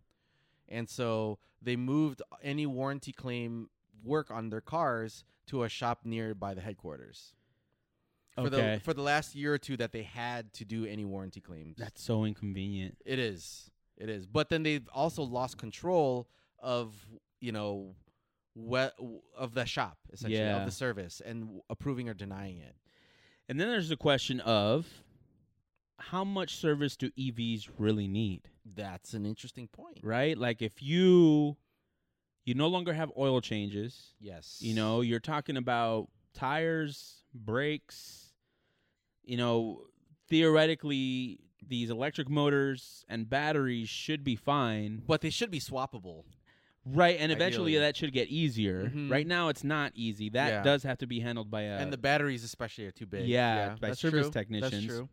Speaker 2: And so they moved any warranty claim work on their cars to a shop nearby the headquarters. For
Speaker 1: Okay.
Speaker 2: the for the last year or two that they had to do any warranty claims.
Speaker 1: that's so inconvenient
Speaker 2: It is. It is. But then they've also lost control of you know what of the shop essentially
Speaker 1: Yeah.
Speaker 2: of the service and w- approving or denying it.
Speaker 1: and then there's the question of how much service do evs really need
Speaker 2: That's an interesting point.
Speaker 1: right like if you you no longer have oil changes
Speaker 2: Yes.
Speaker 1: You know, you're talking about tires, brakes, you know, theoretically these electric motors and batteries should be fine.
Speaker 2: but they should be swappable.
Speaker 1: Right, and eventually
Speaker 2: Ideally.
Speaker 1: that should get easier.
Speaker 2: Mhm.
Speaker 1: Right now, it's not easy. That
Speaker 2: Yeah.
Speaker 1: does have to be handled by a.
Speaker 2: and the batteries especially are too big.
Speaker 1: Yeah, by
Speaker 2: that's
Speaker 1: service
Speaker 2: true.
Speaker 1: technicians.
Speaker 2: That's true.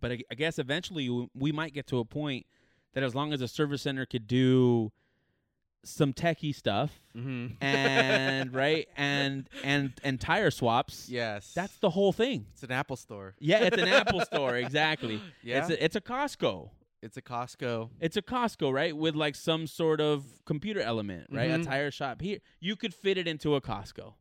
Speaker 1: but I, I guess eventually w- we might get to a point that as long as a service center could do some techie stuff
Speaker 2: Mm-hmm.
Speaker 1: and right and and and tire swaps,
Speaker 2: yes,
Speaker 1: that's the whole thing.
Speaker 2: it's an Apple store.
Speaker 1: Yeah, it's an Apple store exactly.
Speaker 2: Yeah,
Speaker 1: It's a, it's a Costco.
Speaker 2: it's a Costco.
Speaker 1: It's a Costco, right? With like some sort of computer element, right?
Speaker 2: Mhm.
Speaker 1: A tire shop here. You could fit it into a Costco.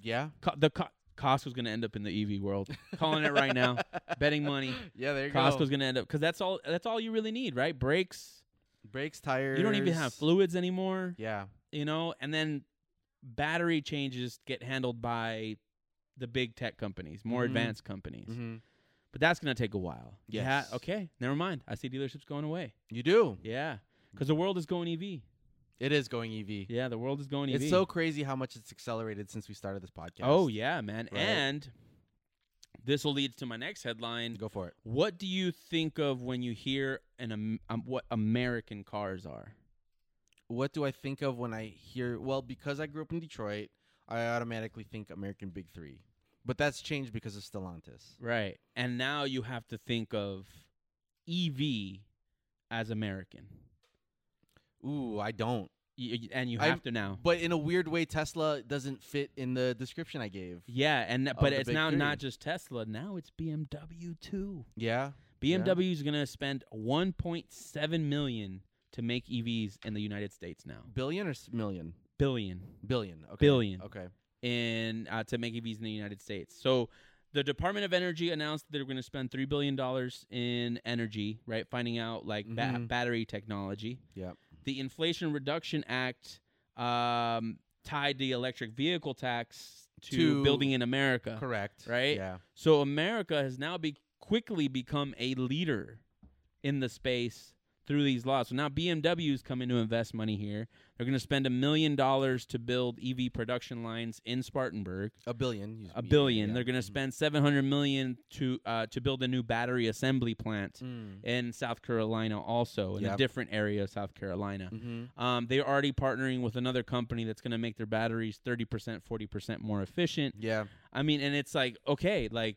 Speaker 2: Yeah,
Speaker 1: Co- the co- Costco's going to end up in the EV world. Calling it right now. Betting money.
Speaker 2: Yeah, there you go.
Speaker 1: Costco's going to end up because that's all. That's all you really need, right? Brakes.
Speaker 2: Brakes, tires.
Speaker 1: You don't even have fluids anymore,
Speaker 2: Yeah,
Speaker 1: you know. And then battery changes get handled by the big tech companies, more
Speaker 2: Mhm.
Speaker 1: advanced companies.
Speaker 2: hmm
Speaker 1: But that's going to take a while. You ha-
Speaker 2: Yes.
Speaker 1: okay. Never mind. I see dealerships going away.
Speaker 2: you do.
Speaker 1: Yeah. Because the world is going EV.
Speaker 2: It is going E EV.
Speaker 1: Yeah, the world is going EV.
Speaker 2: E It's so crazy how much it's accelerated since we started this podcast.
Speaker 1: Oh yeah, man.
Speaker 2: Right.
Speaker 1: And this will lead to my next headline.
Speaker 2: go for it.
Speaker 1: What do you think of when you hear an um, um, what American cars are?
Speaker 2: What do I think of when I hear? Well, because I grew up in Detroit, I automatically think American Big Three, but that's changed because of Stellantis.
Speaker 1: Right. And now you have to think of EV as American.
Speaker 2: Ooh, I don't.
Speaker 1: Y- y- and you
Speaker 2: I'm-
Speaker 1: have to now.
Speaker 2: But in a weird way, Tesla doesn't fit in the description I gave.
Speaker 1: Yeah, and th-
Speaker 2: Of
Speaker 1: but
Speaker 2: Oh, the
Speaker 1: it's
Speaker 2: big
Speaker 1: now not
Speaker 2: three.
Speaker 1: just Tesla, now it's BMW too.
Speaker 2: Yeah,
Speaker 1: BMW is going to spend 1.7 million to make EVs in the United States now.
Speaker 2: billion or s- million?
Speaker 1: Billion.
Speaker 2: Billion. Okay.
Speaker 1: Billion.
Speaker 2: Okay.
Speaker 1: in uh, to make EVs in the United States. So the Department of Energy announced that they're going to spend three billion dollars in energy, right? Finding out like ba-
Speaker 2: Mhm.
Speaker 1: battery technology.
Speaker 2: Yep.
Speaker 1: The Inflation Reduction Act um, tied the electric vehicle tax to,
Speaker 2: To-
Speaker 1: building in America.
Speaker 2: Correct.
Speaker 1: Uh, Right?
Speaker 2: Yeah.
Speaker 1: So America has now be quickly become a leader in the space through these laws. So now BMW's coming to invest money here. They're going to spend a million dollars to build EV production lines in Spartanburg.
Speaker 2: A billion. you-
Speaker 1: A
Speaker 2: you-
Speaker 1: billion.
Speaker 2: yeah. Mm-hmm.
Speaker 1: They're going to spend 700 million to uh, to build a new battery assembly plant
Speaker 2: Mm.
Speaker 1: in South Carolina also in a
Speaker 2: Yep.
Speaker 1: different area of South Carolina.
Speaker 2: Mm-hmm.
Speaker 1: Um, they're already partnering with another company that's going to make their batteries 30%, 40% more efficient.
Speaker 2: Yeah.
Speaker 1: I mean, and it's like, okay, like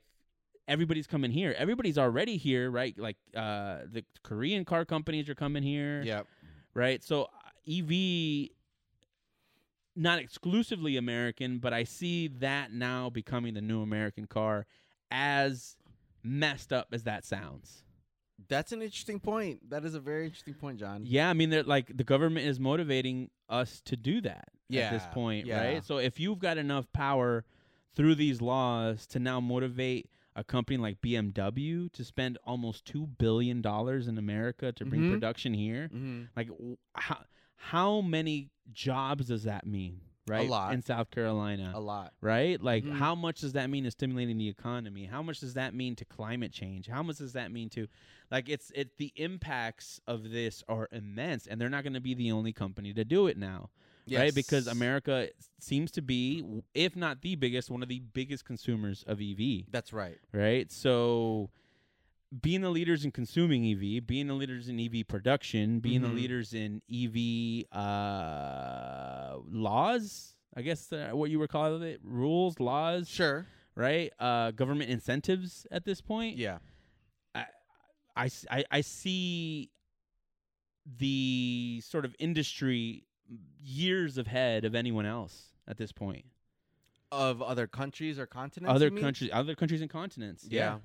Speaker 1: everybody's coming here. Everybody's already here, right? Like uh the Korean car companies are coming here,
Speaker 2: Yep.
Speaker 1: right? So uh, EV not exclusively American, but I see that now becoming the new American car as messed up as that sounds.
Speaker 2: That's an interesting point. That is a very interesting point, John.
Speaker 1: Yeah, I mean they're like the government is motivating us to do that at this
Speaker 2: Yeah,
Speaker 1: point,
Speaker 2: yeah.
Speaker 1: right? So if you've got enough power through these laws to now motivate a company like BMW to spend almost 2 billion dollars in America to bring
Speaker 2: Mhm.
Speaker 1: production here,
Speaker 2: Mm-hmm.
Speaker 1: like w- how, how many jobs does that mean, right?
Speaker 2: lot.
Speaker 1: In South Carolina.
Speaker 2: A lot.
Speaker 1: Right? Like
Speaker 2: Mhm.
Speaker 1: how much does that mean to stimulating the economy? How much does that mean to climate change? How much does that mean to like it's it the impacts of this are immense and they're not going to be the only company to do it now, right? Because
Speaker 2: Yes.
Speaker 1: America seems to be if not the biggest, one of the biggest consumers of E EV,
Speaker 2: That's right.
Speaker 1: right? So being the leaders in consuming EV, being the leaders in EV production, being
Speaker 2: Mhm.
Speaker 1: the leaders in EV uh, laws, I guess uh, what you were calling it, rules, laws,
Speaker 2: Sure.
Speaker 1: right? Uh, government incentives at this point.
Speaker 2: Yeah.
Speaker 1: I, s- I- I see the sort of industry years ahead of anyone else at this point.
Speaker 2: Of other countries or continents.
Speaker 1: Other
Speaker 2: you mean?
Speaker 1: countries, other countries and continents.
Speaker 2: Yeah.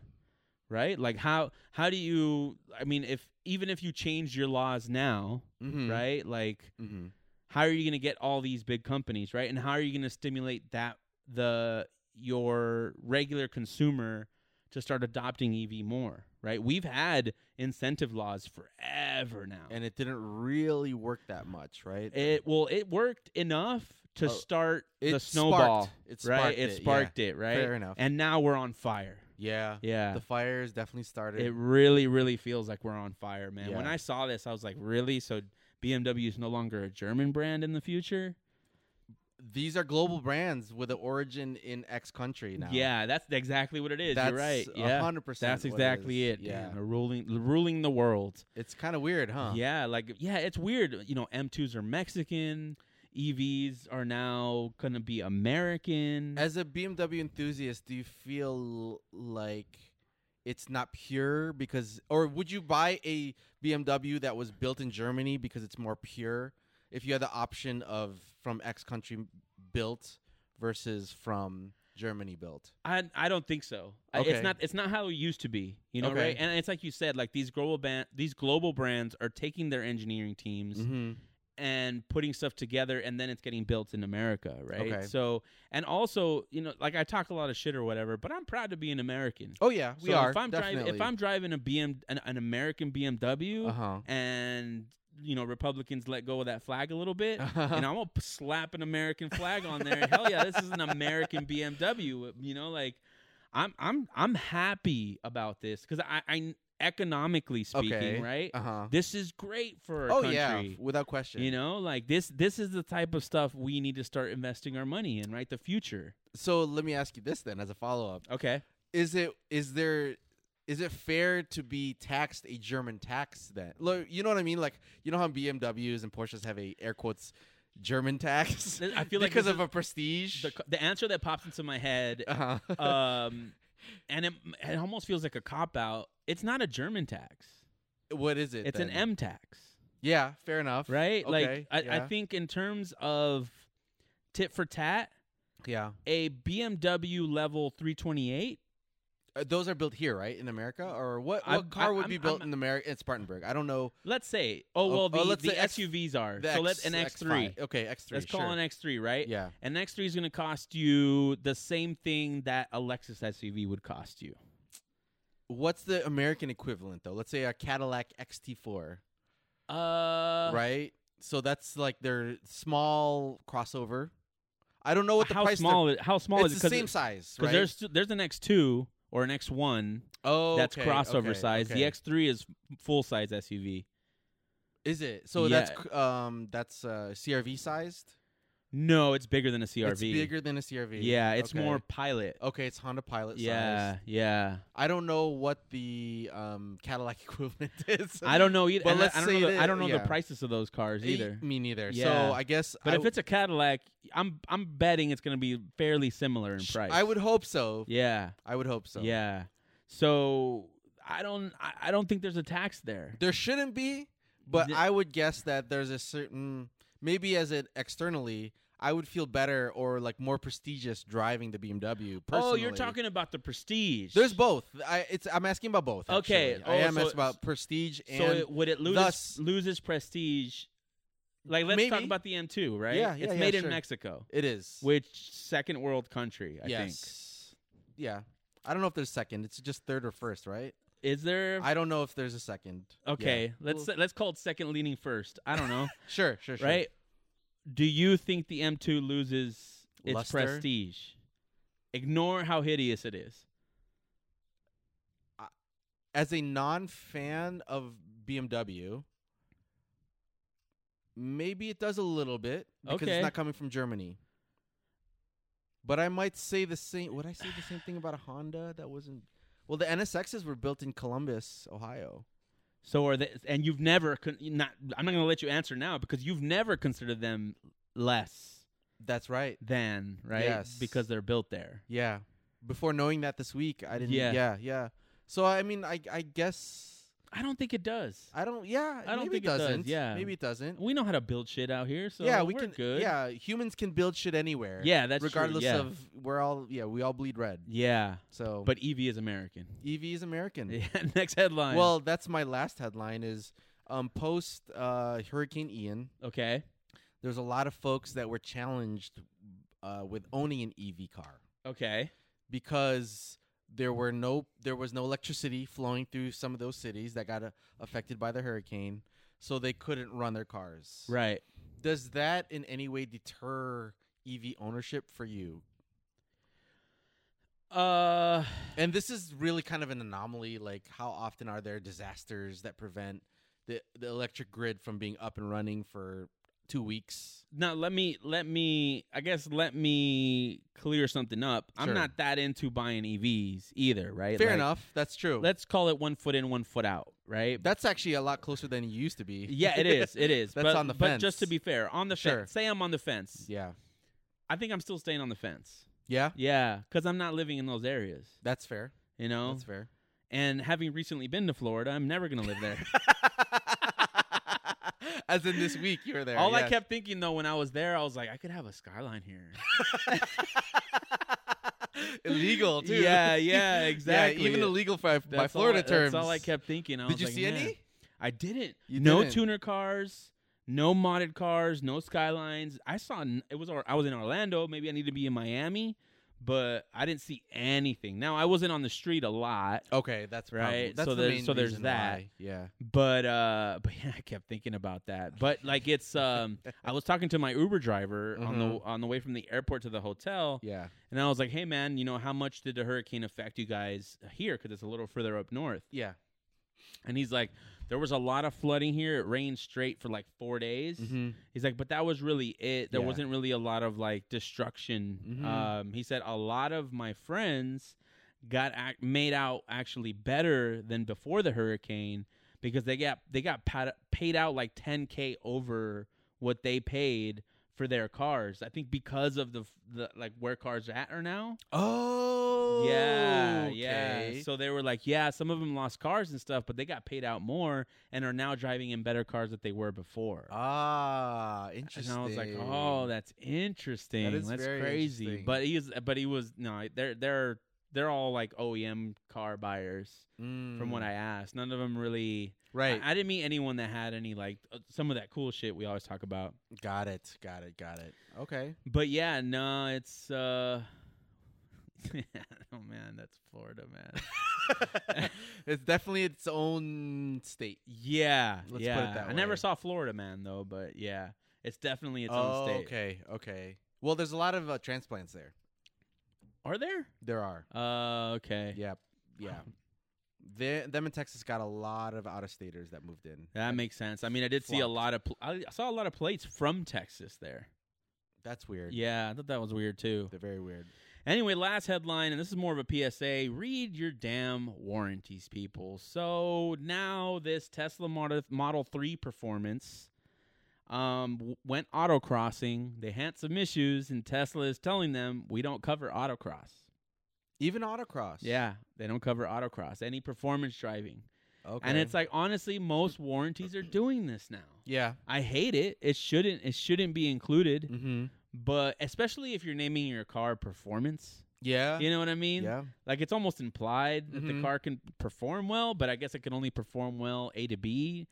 Speaker 1: right? Like how how do you I mean if even if you change your laws now,
Speaker 2: Mm-hmm.
Speaker 1: right? Like
Speaker 2: Mm-hmm.
Speaker 1: how are you going to get all these big companies, right? And how are you going to stimulate that the your regular consumer to start adopting EV more, right? We've had incentive laws forever now.
Speaker 2: And it didn't really work that much, right?
Speaker 1: it well it worked enough to
Speaker 2: Oh,
Speaker 1: start
Speaker 2: it
Speaker 1: the snowball,
Speaker 2: Sparked. It sparked
Speaker 1: right?
Speaker 2: It,
Speaker 1: It
Speaker 2: yeah.
Speaker 1: sparked it, right?
Speaker 2: Fair enough.
Speaker 1: And now we're on fire.
Speaker 2: yeah.
Speaker 1: Yeah.
Speaker 2: The fires definitely started.
Speaker 1: It really, really feels like we're on fire, man. When
Speaker 2: Yeah.
Speaker 1: I saw this, I was like, really? So BMW is no longer a German brand in the future?
Speaker 2: these are global brands with an origin in X country now.
Speaker 1: Yeah, that's exactly what it is.
Speaker 2: that's
Speaker 1: You're right. Yeah.
Speaker 2: hundred percent.
Speaker 1: That's exactly it.
Speaker 2: Yeah, Uh-huh.
Speaker 1: Yeah. ruling ruling the world.
Speaker 2: it's kind of weird, huh?
Speaker 1: Yeah, like yeah, it's weird. You know, M2s are Mexican. EVs are now gonna be American.
Speaker 2: As a BMW enthusiast, do you feel like it's not pure because, or would you buy a BMW that was built in Germany because it's more pure? If you had the option of from X country built versus from Germany built,
Speaker 1: I I don't think so. I
Speaker 2: Okay.
Speaker 1: It's not it's not how it used to be, you know,
Speaker 2: Okay.
Speaker 1: right? And it's like you said, like these global ban- these global brands are taking their engineering teams
Speaker 2: mm-hmm.
Speaker 1: and putting stuff together, and then it's getting built in America, right?
Speaker 2: Okay.
Speaker 1: So and also, you know, like I talk a lot of shit or whatever, but I'm proud to be an American.
Speaker 2: oh yeah, we
Speaker 1: so
Speaker 2: are.
Speaker 1: If I'm
Speaker 2: definitely.
Speaker 1: driving, if I'm driving a BM, an, an American BMW,
Speaker 2: uh huh,
Speaker 1: and you know Republicans let go of that flag a little bit, and I'm gonna p- slap an American flag on there. Hell yeah, this is an American BMW. You know, like I'm I'm I'm happy about this because I, I economically speaking,
Speaker 2: Okay.
Speaker 1: right?
Speaker 2: uh huh.
Speaker 1: This is great for our
Speaker 2: Oh yeah,
Speaker 1: country.
Speaker 2: without question.
Speaker 1: You know, like this this is the type of stuff we need to start investing our money in, right? The future.
Speaker 2: So let me ask you this then, as a follow up.
Speaker 1: Okay.
Speaker 2: is it is there is it fair to be taxed a German tax then? Look, you know what I mean? Like you know how BMWs and Porsches have a air quotes German tax
Speaker 1: I feel like
Speaker 2: because
Speaker 1: this
Speaker 2: of a prestige.
Speaker 1: The, the answer that pops into my head
Speaker 2: uh-huh.
Speaker 1: um, and it, it almost feels like a cop out. It's not a German tax.
Speaker 2: what is it?
Speaker 1: It's an
Speaker 2: then?
Speaker 1: M tax,
Speaker 2: Yeah, fair enough.
Speaker 1: right?
Speaker 2: Okay,
Speaker 1: like I,
Speaker 2: yeah.
Speaker 1: I think in terms of tit for tat,
Speaker 2: Yeah,
Speaker 1: a BMW level 328.
Speaker 2: Uh, those are built here, right, in America, or what?
Speaker 1: I-
Speaker 2: What car
Speaker 1: I-
Speaker 2: would
Speaker 1: I'm-
Speaker 2: be built
Speaker 1: I'm-
Speaker 2: in America in Spartanburg? I don't know.
Speaker 1: Let's say, oh well,
Speaker 2: Oh,
Speaker 1: the,
Speaker 2: oh, let's
Speaker 1: the
Speaker 2: say X-
Speaker 1: SUVs are
Speaker 2: The X,
Speaker 1: so let an X3.
Speaker 2: X5. Okay, X3.
Speaker 1: Let's call
Speaker 2: sure.
Speaker 1: an X3, right?
Speaker 2: Yeah.
Speaker 1: An X3 is going to cost you the same thing that a Lexus SUV would cost you.
Speaker 2: What's the American equivalent though? Let's say a Cadillac XT4.
Speaker 1: Uh,
Speaker 2: right? So that's like their small crossover. I don't know what the
Speaker 1: how
Speaker 2: price.
Speaker 1: small? Is, how
Speaker 2: they're-
Speaker 1: small
Speaker 2: it's
Speaker 1: is it?
Speaker 2: the
Speaker 1: 'Cause
Speaker 2: same
Speaker 1: it-
Speaker 2: size,
Speaker 1: Because
Speaker 2: right?
Speaker 1: there's st- there's an X2 or an X1
Speaker 2: oh,
Speaker 1: that's
Speaker 2: okay,
Speaker 1: crossover
Speaker 2: okay,
Speaker 1: size.
Speaker 2: okay.
Speaker 1: The X3 is full size SUV.
Speaker 2: is it? So
Speaker 1: Yeah.
Speaker 2: that's c- um that's uh, CRV sized.
Speaker 1: No, it's bigger than a CRV.
Speaker 2: It's bigger than a CRV.
Speaker 1: Yeah, it's
Speaker 2: Okay.
Speaker 1: more pilot.
Speaker 2: Okay, it's Honda Pilot
Speaker 1: yeah,
Speaker 2: size.
Speaker 1: yeah.
Speaker 2: I don't know what the um, Cadillac equivalent is.
Speaker 1: I don't know either.
Speaker 2: But
Speaker 1: and I-
Speaker 2: let's
Speaker 1: I don't
Speaker 2: say
Speaker 1: know. The, I
Speaker 2: that-
Speaker 1: don't know
Speaker 2: yeah.
Speaker 1: the prices of those cars
Speaker 2: E-
Speaker 1: either.
Speaker 2: Me neither.
Speaker 1: Yeah.
Speaker 2: So I guess.
Speaker 1: But
Speaker 2: I
Speaker 1: if
Speaker 2: w-
Speaker 1: it's a Cadillac, I'm I'm betting it's going to be fairly similar in price.
Speaker 2: I would hope so.
Speaker 1: Yeah,
Speaker 2: I would hope so.
Speaker 1: yeah. So I don't I, I don't think there's a tax there.
Speaker 2: There shouldn't be, but
Speaker 1: Th-
Speaker 2: I would guess that there's a certain maybe as it externally, I would feel better or like more prestigious driving the BMW. Personally.
Speaker 1: Oh, you're talking about the prestige.
Speaker 2: There's both. I it's I'm asking about both.
Speaker 1: Okay.
Speaker 2: actually. I
Speaker 1: Oh,
Speaker 2: am
Speaker 1: so-
Speaker 2: asking about prestige and
Speaker 1: So it, would it lose
Speaker 2: thus-
Speaker 1: lose its prestige? Like let's talk
Speaker 2: Maybe.
Speaker 1: about the M2, right?
Speaker 2: Yeah, yeah,
Speaker 1: it's
Speaker 2: yeah,
Speaker 1: made
Speaker 2: sure.
Speaker 1: in Mexico,
Speaker 2: it is.
Speaker 1: which second world country, I
Speaker 2: yes. Yeah. I don't know if there's second. It's just third or first, right?
Speaker 1: think. Is there
Speaker 2: I don't know if there's a second. Yeah.
Speaker 1: Okay, let's let's call it second leaning first. I don't know,
Speaker 2: Sure, sure, sure.
Speaker 1: right? Do you think the M2 loses its
Speaker 2: Luster?
Speaker 1: prestige? Ignore how hideous it is.
Speaker 2: as a non fan of BMW, maybe it does a little bit because
Speaker 1: Okay.
Speaker 2: it's not coming from Germany. But I might say the same. Would I say the same thing about a Honda that wasn't? Well, the NSXs were built in Columbus, Ohio.
Speaker 1: So are they, and you've never con- not. I'm not going to let you answer now because you've never considered them less
Speaker 2: That's right.
Speaker 1: than right
Speaker 2: Yes.
Speaker 1: because they're built there.
Speaker 2: Yeah. Before knowing that this week, I didn't.
Speaker 1: Yeah.
Speaker 2: Yeah, yeah. So I mean, I I guess
Speaker 1: I don't think it does.
Speaker 2: I don't. Yeah,
Speaker 1: I don't
Speaker 2: maybe
Speaker 1: think it
Speaker 2: it
Speaker 1: does,
Speaker 2: doesn't.
Speaker 1: yeah.
Speaker 2: maybe it doesn't.
Speaker 1: We know how to build shit out here, so
Speaker 2: yeah, we
Speaker 1: we're
Speaker 2: can.
Speaker 1: good.
Speaker 2: Yeah, humans can build shit anywhere.
Speaker 1: yeah, that's true,
Speaker 2: regardless
Speaker 1: yeah.
Speaker 2: of we're all yeah we all bleed red
Speaker 1: yeah.
Speaker 2: so
Speaker 1: But EV is American.
Speaker 2: ev is american
Speaker 1: Yeah, next headline.
Speaker 2: well that's my last headline is um post uh hurricane ian
Speaker 1: okay,
Speaker 2: there's a lot of folks that were challenged uh with owning an ev car
Speaker 1: okay,
Speaker 2: because there were no there was no electricity flowing through some of those cities that got uh, affected by the hurricane so they couldn't run their cars
Speaker 1: right.
Speaker 2: does that in any way deter ev ownership for you
Speaker 1: Uh,
Speaker 2: And this is really kind of an anomaly. Like, how often are there disasters that prevent the, the electric grid from being up and running for two weeks.
Speaker 1: now let me let me i guess let me clear something up i'm
Speaker 2: Sure.
Speaker 1: not that into buying evs either right
Speaker 2: Fair
Speaker 1: Like,
Speaker 2: enough. That's true.
Speaker 1: let's call it one foot in one foot out right
Speaker 2: That's actually a lot closer than it used to be.
Speaker 1: yeah it is it is
Speaker 2: That's
Speaker 1: but,
Speaker 2: on the
Speaker 1: but just to
Speaker 2: fence.
Speaker 1: be fair on the
Speaker 2: Sure.
Speaker 1: fence say i'm on the fence
Speaker 2: yeah.
Speaker 1: i think i'm still staying on the fence
Speaker 2: Yeah.
Speaker 1: yeah because i'm not living in those areas
Speaker 2: That's fair.
Speaker 1: you know
Speaker 2: That's fair.
Speaker 1: and having recently been to florida i'm never gonna live there
Speaker 2: As in this week, you were there.
Speaker 1: all i
Speaker 2: yes.
Speaker 1: kept thinking though when i was there i was like i could have a skyline here
Speaker 2: illegal too.
Speaker 1: Yeah, yeah, exactly.
Speaker 2: even illegal by, by
Speaker 1: That's all
Speaker 2: Florida
Speaker 1: I-
Speaker 2: terms.
Speaker 1: that's all i kept thinking I
Speaker 2: Did
Speaker 1: was
Speaker 2: you
Speaker 1: like,
Speaker 2: see
Speaker 1: "Man."
Speaker 2: any?
Speaker 1: I didn't.
Speaker 2: You
Speaker 1: no
Speaker 2: didn't.
Speaker 1: tuner cars, no modded cars, no skylines. I saw n- it was or- I was in Orlando. Maybe I need to be in Miami, but I didn't see anything. Now I wasn't on the street a lot,
Speaker 2: Okay, that's probably-
Speaker 1: Right,
Speaker 2: That's
Speaker 1: so
Speaker 2: the
Speaker 1: there's-
Speaker 2: main
Speaker 1: so there's
Speaker 2: reason
Speaker 1: that.
Speaker 2: why, Yeah.
Speaker 1: but uh, but yeah, I kept thinking about that. But like it's um, I was talking to my Uber driver on the
Speaker 2: Mhm.
Speaker 1: on the way from the airport to the hotel,
Speaker 2: Yeah.
Speaker 1: and I was like, hey man, you know how much did the hurricane affect you guys here? Because it's a little further up north.
Speaker 2: Yeah.
Speaker 1: And he's like, there was a lot of flooding here. It rained straight for like four days.
Speaker 2: Mm-hmm.
Speaker 1: He's like, but that was really it. There
Speaker 2: Yeah.
Speaker 1: wasn't really a lot of like destruction.
Speaker 2: Mhm.
Speaker 1: Um, he said a lot of my friends got act- made out actually better than before the hurricane because they got they got pat- paid out like 10k over what they paid for their cars. I think because of the, f- the like where cars at are now.
Speaker 2: Oh.
Speaker 1: yeah, yeah.
Speaker 2: okay.
Speaker 1: So they were like, yeah, some of them lost cars and stuff, but they got paid out more and are now driving in better cars that they were before.
Speaker 2: ah,
Speaker 1: And
Speaker 2: interesting.
Speaker 1: I was like, "Oh, that's interesting.
Speaker 2: is
Speaker 1: that's
Speaker 2: very
Speaker 1: crazy."
Speaker 2: interesting.
Speaker 1: But he was, but he was no. They're they're they're all like OEM car buyers, from what
Speaker 2: Mm,
Speaker 1: I asked. None of them really. I-
Speaker 2: right.
Speaker 1: I, didn't meet anyone that had any like uh, some of that cool shit we always talk about.
Speaker 2: got it. Got it. Got it. Okay.
Speaker 1: But yeah, no, it's. uh Oh man, that's Florida, man.
Speaker 2: it's definitely its own state.
Speaker 1: Yeah,
Speaker 2: Let's put it
Speaker 1: yeah.
Speaker 2: that
Speaker 1: I never
Speaker 2: way.
Speaker 1: saw Florida, man, though. But yeah, it's definitely its
Speaker 2: oh,
Speaker 1: own state.
Speaker 2: okay, okay. Well, there's a lot of uh, transplants there.
Speaker 1: Are there?
Speaker 2: There are.
Speaker 1: Uh, okay.
Speaker 2: Yep. Yeah. They, them in Texas got a lot of out of staters that moved in.
Speaker 1: That makes sense. I mean, I did see a
Speaker 2: flopped.
Speaker 1: lot of pl- I I saw a lot of plates from Texas there.
Speaker 2: That's weird.
Speaker 1: Yeah, I thought that was weird too.
Speaker 2: They're very weird.
Speaker 1: Anyway, last headline, and this is more of a PSA: read your damn warranties, people. So now this Tesla Model Model Three performance um w- went autocrossing. They had some issues, and Tesla is telling them we don't cover autocross.
Speaker 2: Even autocross.
Speaker 1: Yeah, they don't cover autocross, any performance driving,
Speaker 2: Okay.
Speaker 1: and it's like honestly, most warranties are doing this now.
Speaker 2: yeah.
Speaker 1: I hate it. It shouldn't it shouldn't be included,
Speaker 2: Mm-hmm.
Speaker 1: but especially if you're naming your car performance.
Speaker 2: Yeah.
Speaker 1: You know what I mean?
Speaker 2: Yeah.
Speaker 1: Like it's almost implied that the
Speaker 2: Mhm.
Speaker 1: car can perform well, but I guess it can only perform well A to B.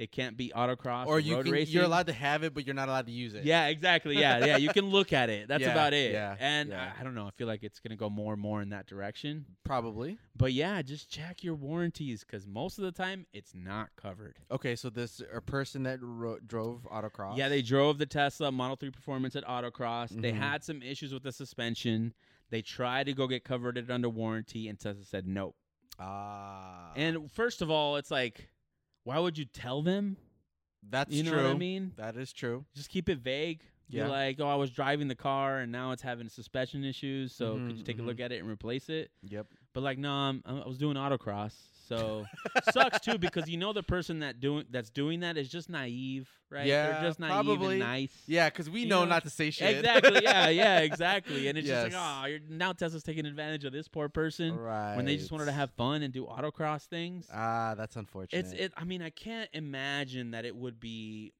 Speaker 1: It can't be autocross
Speaker 2: Or you
Speaker 1: road
Speaker 2: can,
Speaker 1: racing.
Speaker 2: you're allowed to have it, but you're not allowed to use it.
Speaker 1: Yeah, exactly. Yeah, yeah. You can look at it. That's
Speaker 2: Yeah,
Speaker 1: about it.
Speaker 2: yeah,
Speaker 1: and
Speaker 2: yeah.
Speaker 1: I, I don't know. I feel like it's gonna go more and more in that direction.
Speaker 2: Probably.
Speaker 1: But yeah, just check your warranties because most of the time it's not covered.
Speaker 2: Okay. So this a person that ro- drove autocross.
Speaker 1: Yeah, they drove the Tesla Model 3 Performance at Autocross. They
Speaker 2: Mhm.
Speaker 1: had some issues with the suspension. They tried to go get covered it under warranty, and Tesla said nope.
Speaker 2: Ah.
Speaker 1: and first of all, it's like, why would you tell them?
Speaker 2: that's
Speaker 1: you know
Speaker 2: true.
Speaker 1: what I mean?
Speaker 2: That is true.
Speaker 1: Just keep it vague. You're
Speaker 2: Yeah.
Speaker 1: like, oh, I was driving the car, and now it's having suspension issues. So
Speaker 2: Mhm,
Speaker 1: could you take a look at it and replace it?
Speaker 2: Yep.
Speaker 1: But like, no, I'm, I was doing autocross, so sucks too because you know the person that doing that's doing that is just naive, right?
Speaker 2: Yeah,
Speaker 1: They're just naive
Speaker 2: probably.
Speaker 1: and nice.
Speaker 2: Yeah, because we
Speaker 1: You
Speaker 2: know,
Speaker 1: know,
Speaker 2: not to say shit.
Speaker 1: Exactly. Yeah. Yeah. Exactly. And it's just
Speaker 2: Yes.
Speaker 1: like, oh, you're, now Tesla's taking advantage of this poor person
Speaker 2: right.
Speaker 1: when they just wanted to have fun and do autocross things.
Speaker 2: Ah, that's unfortunate.
Speaker 1: it's it. I mean, I can't imagine that it would be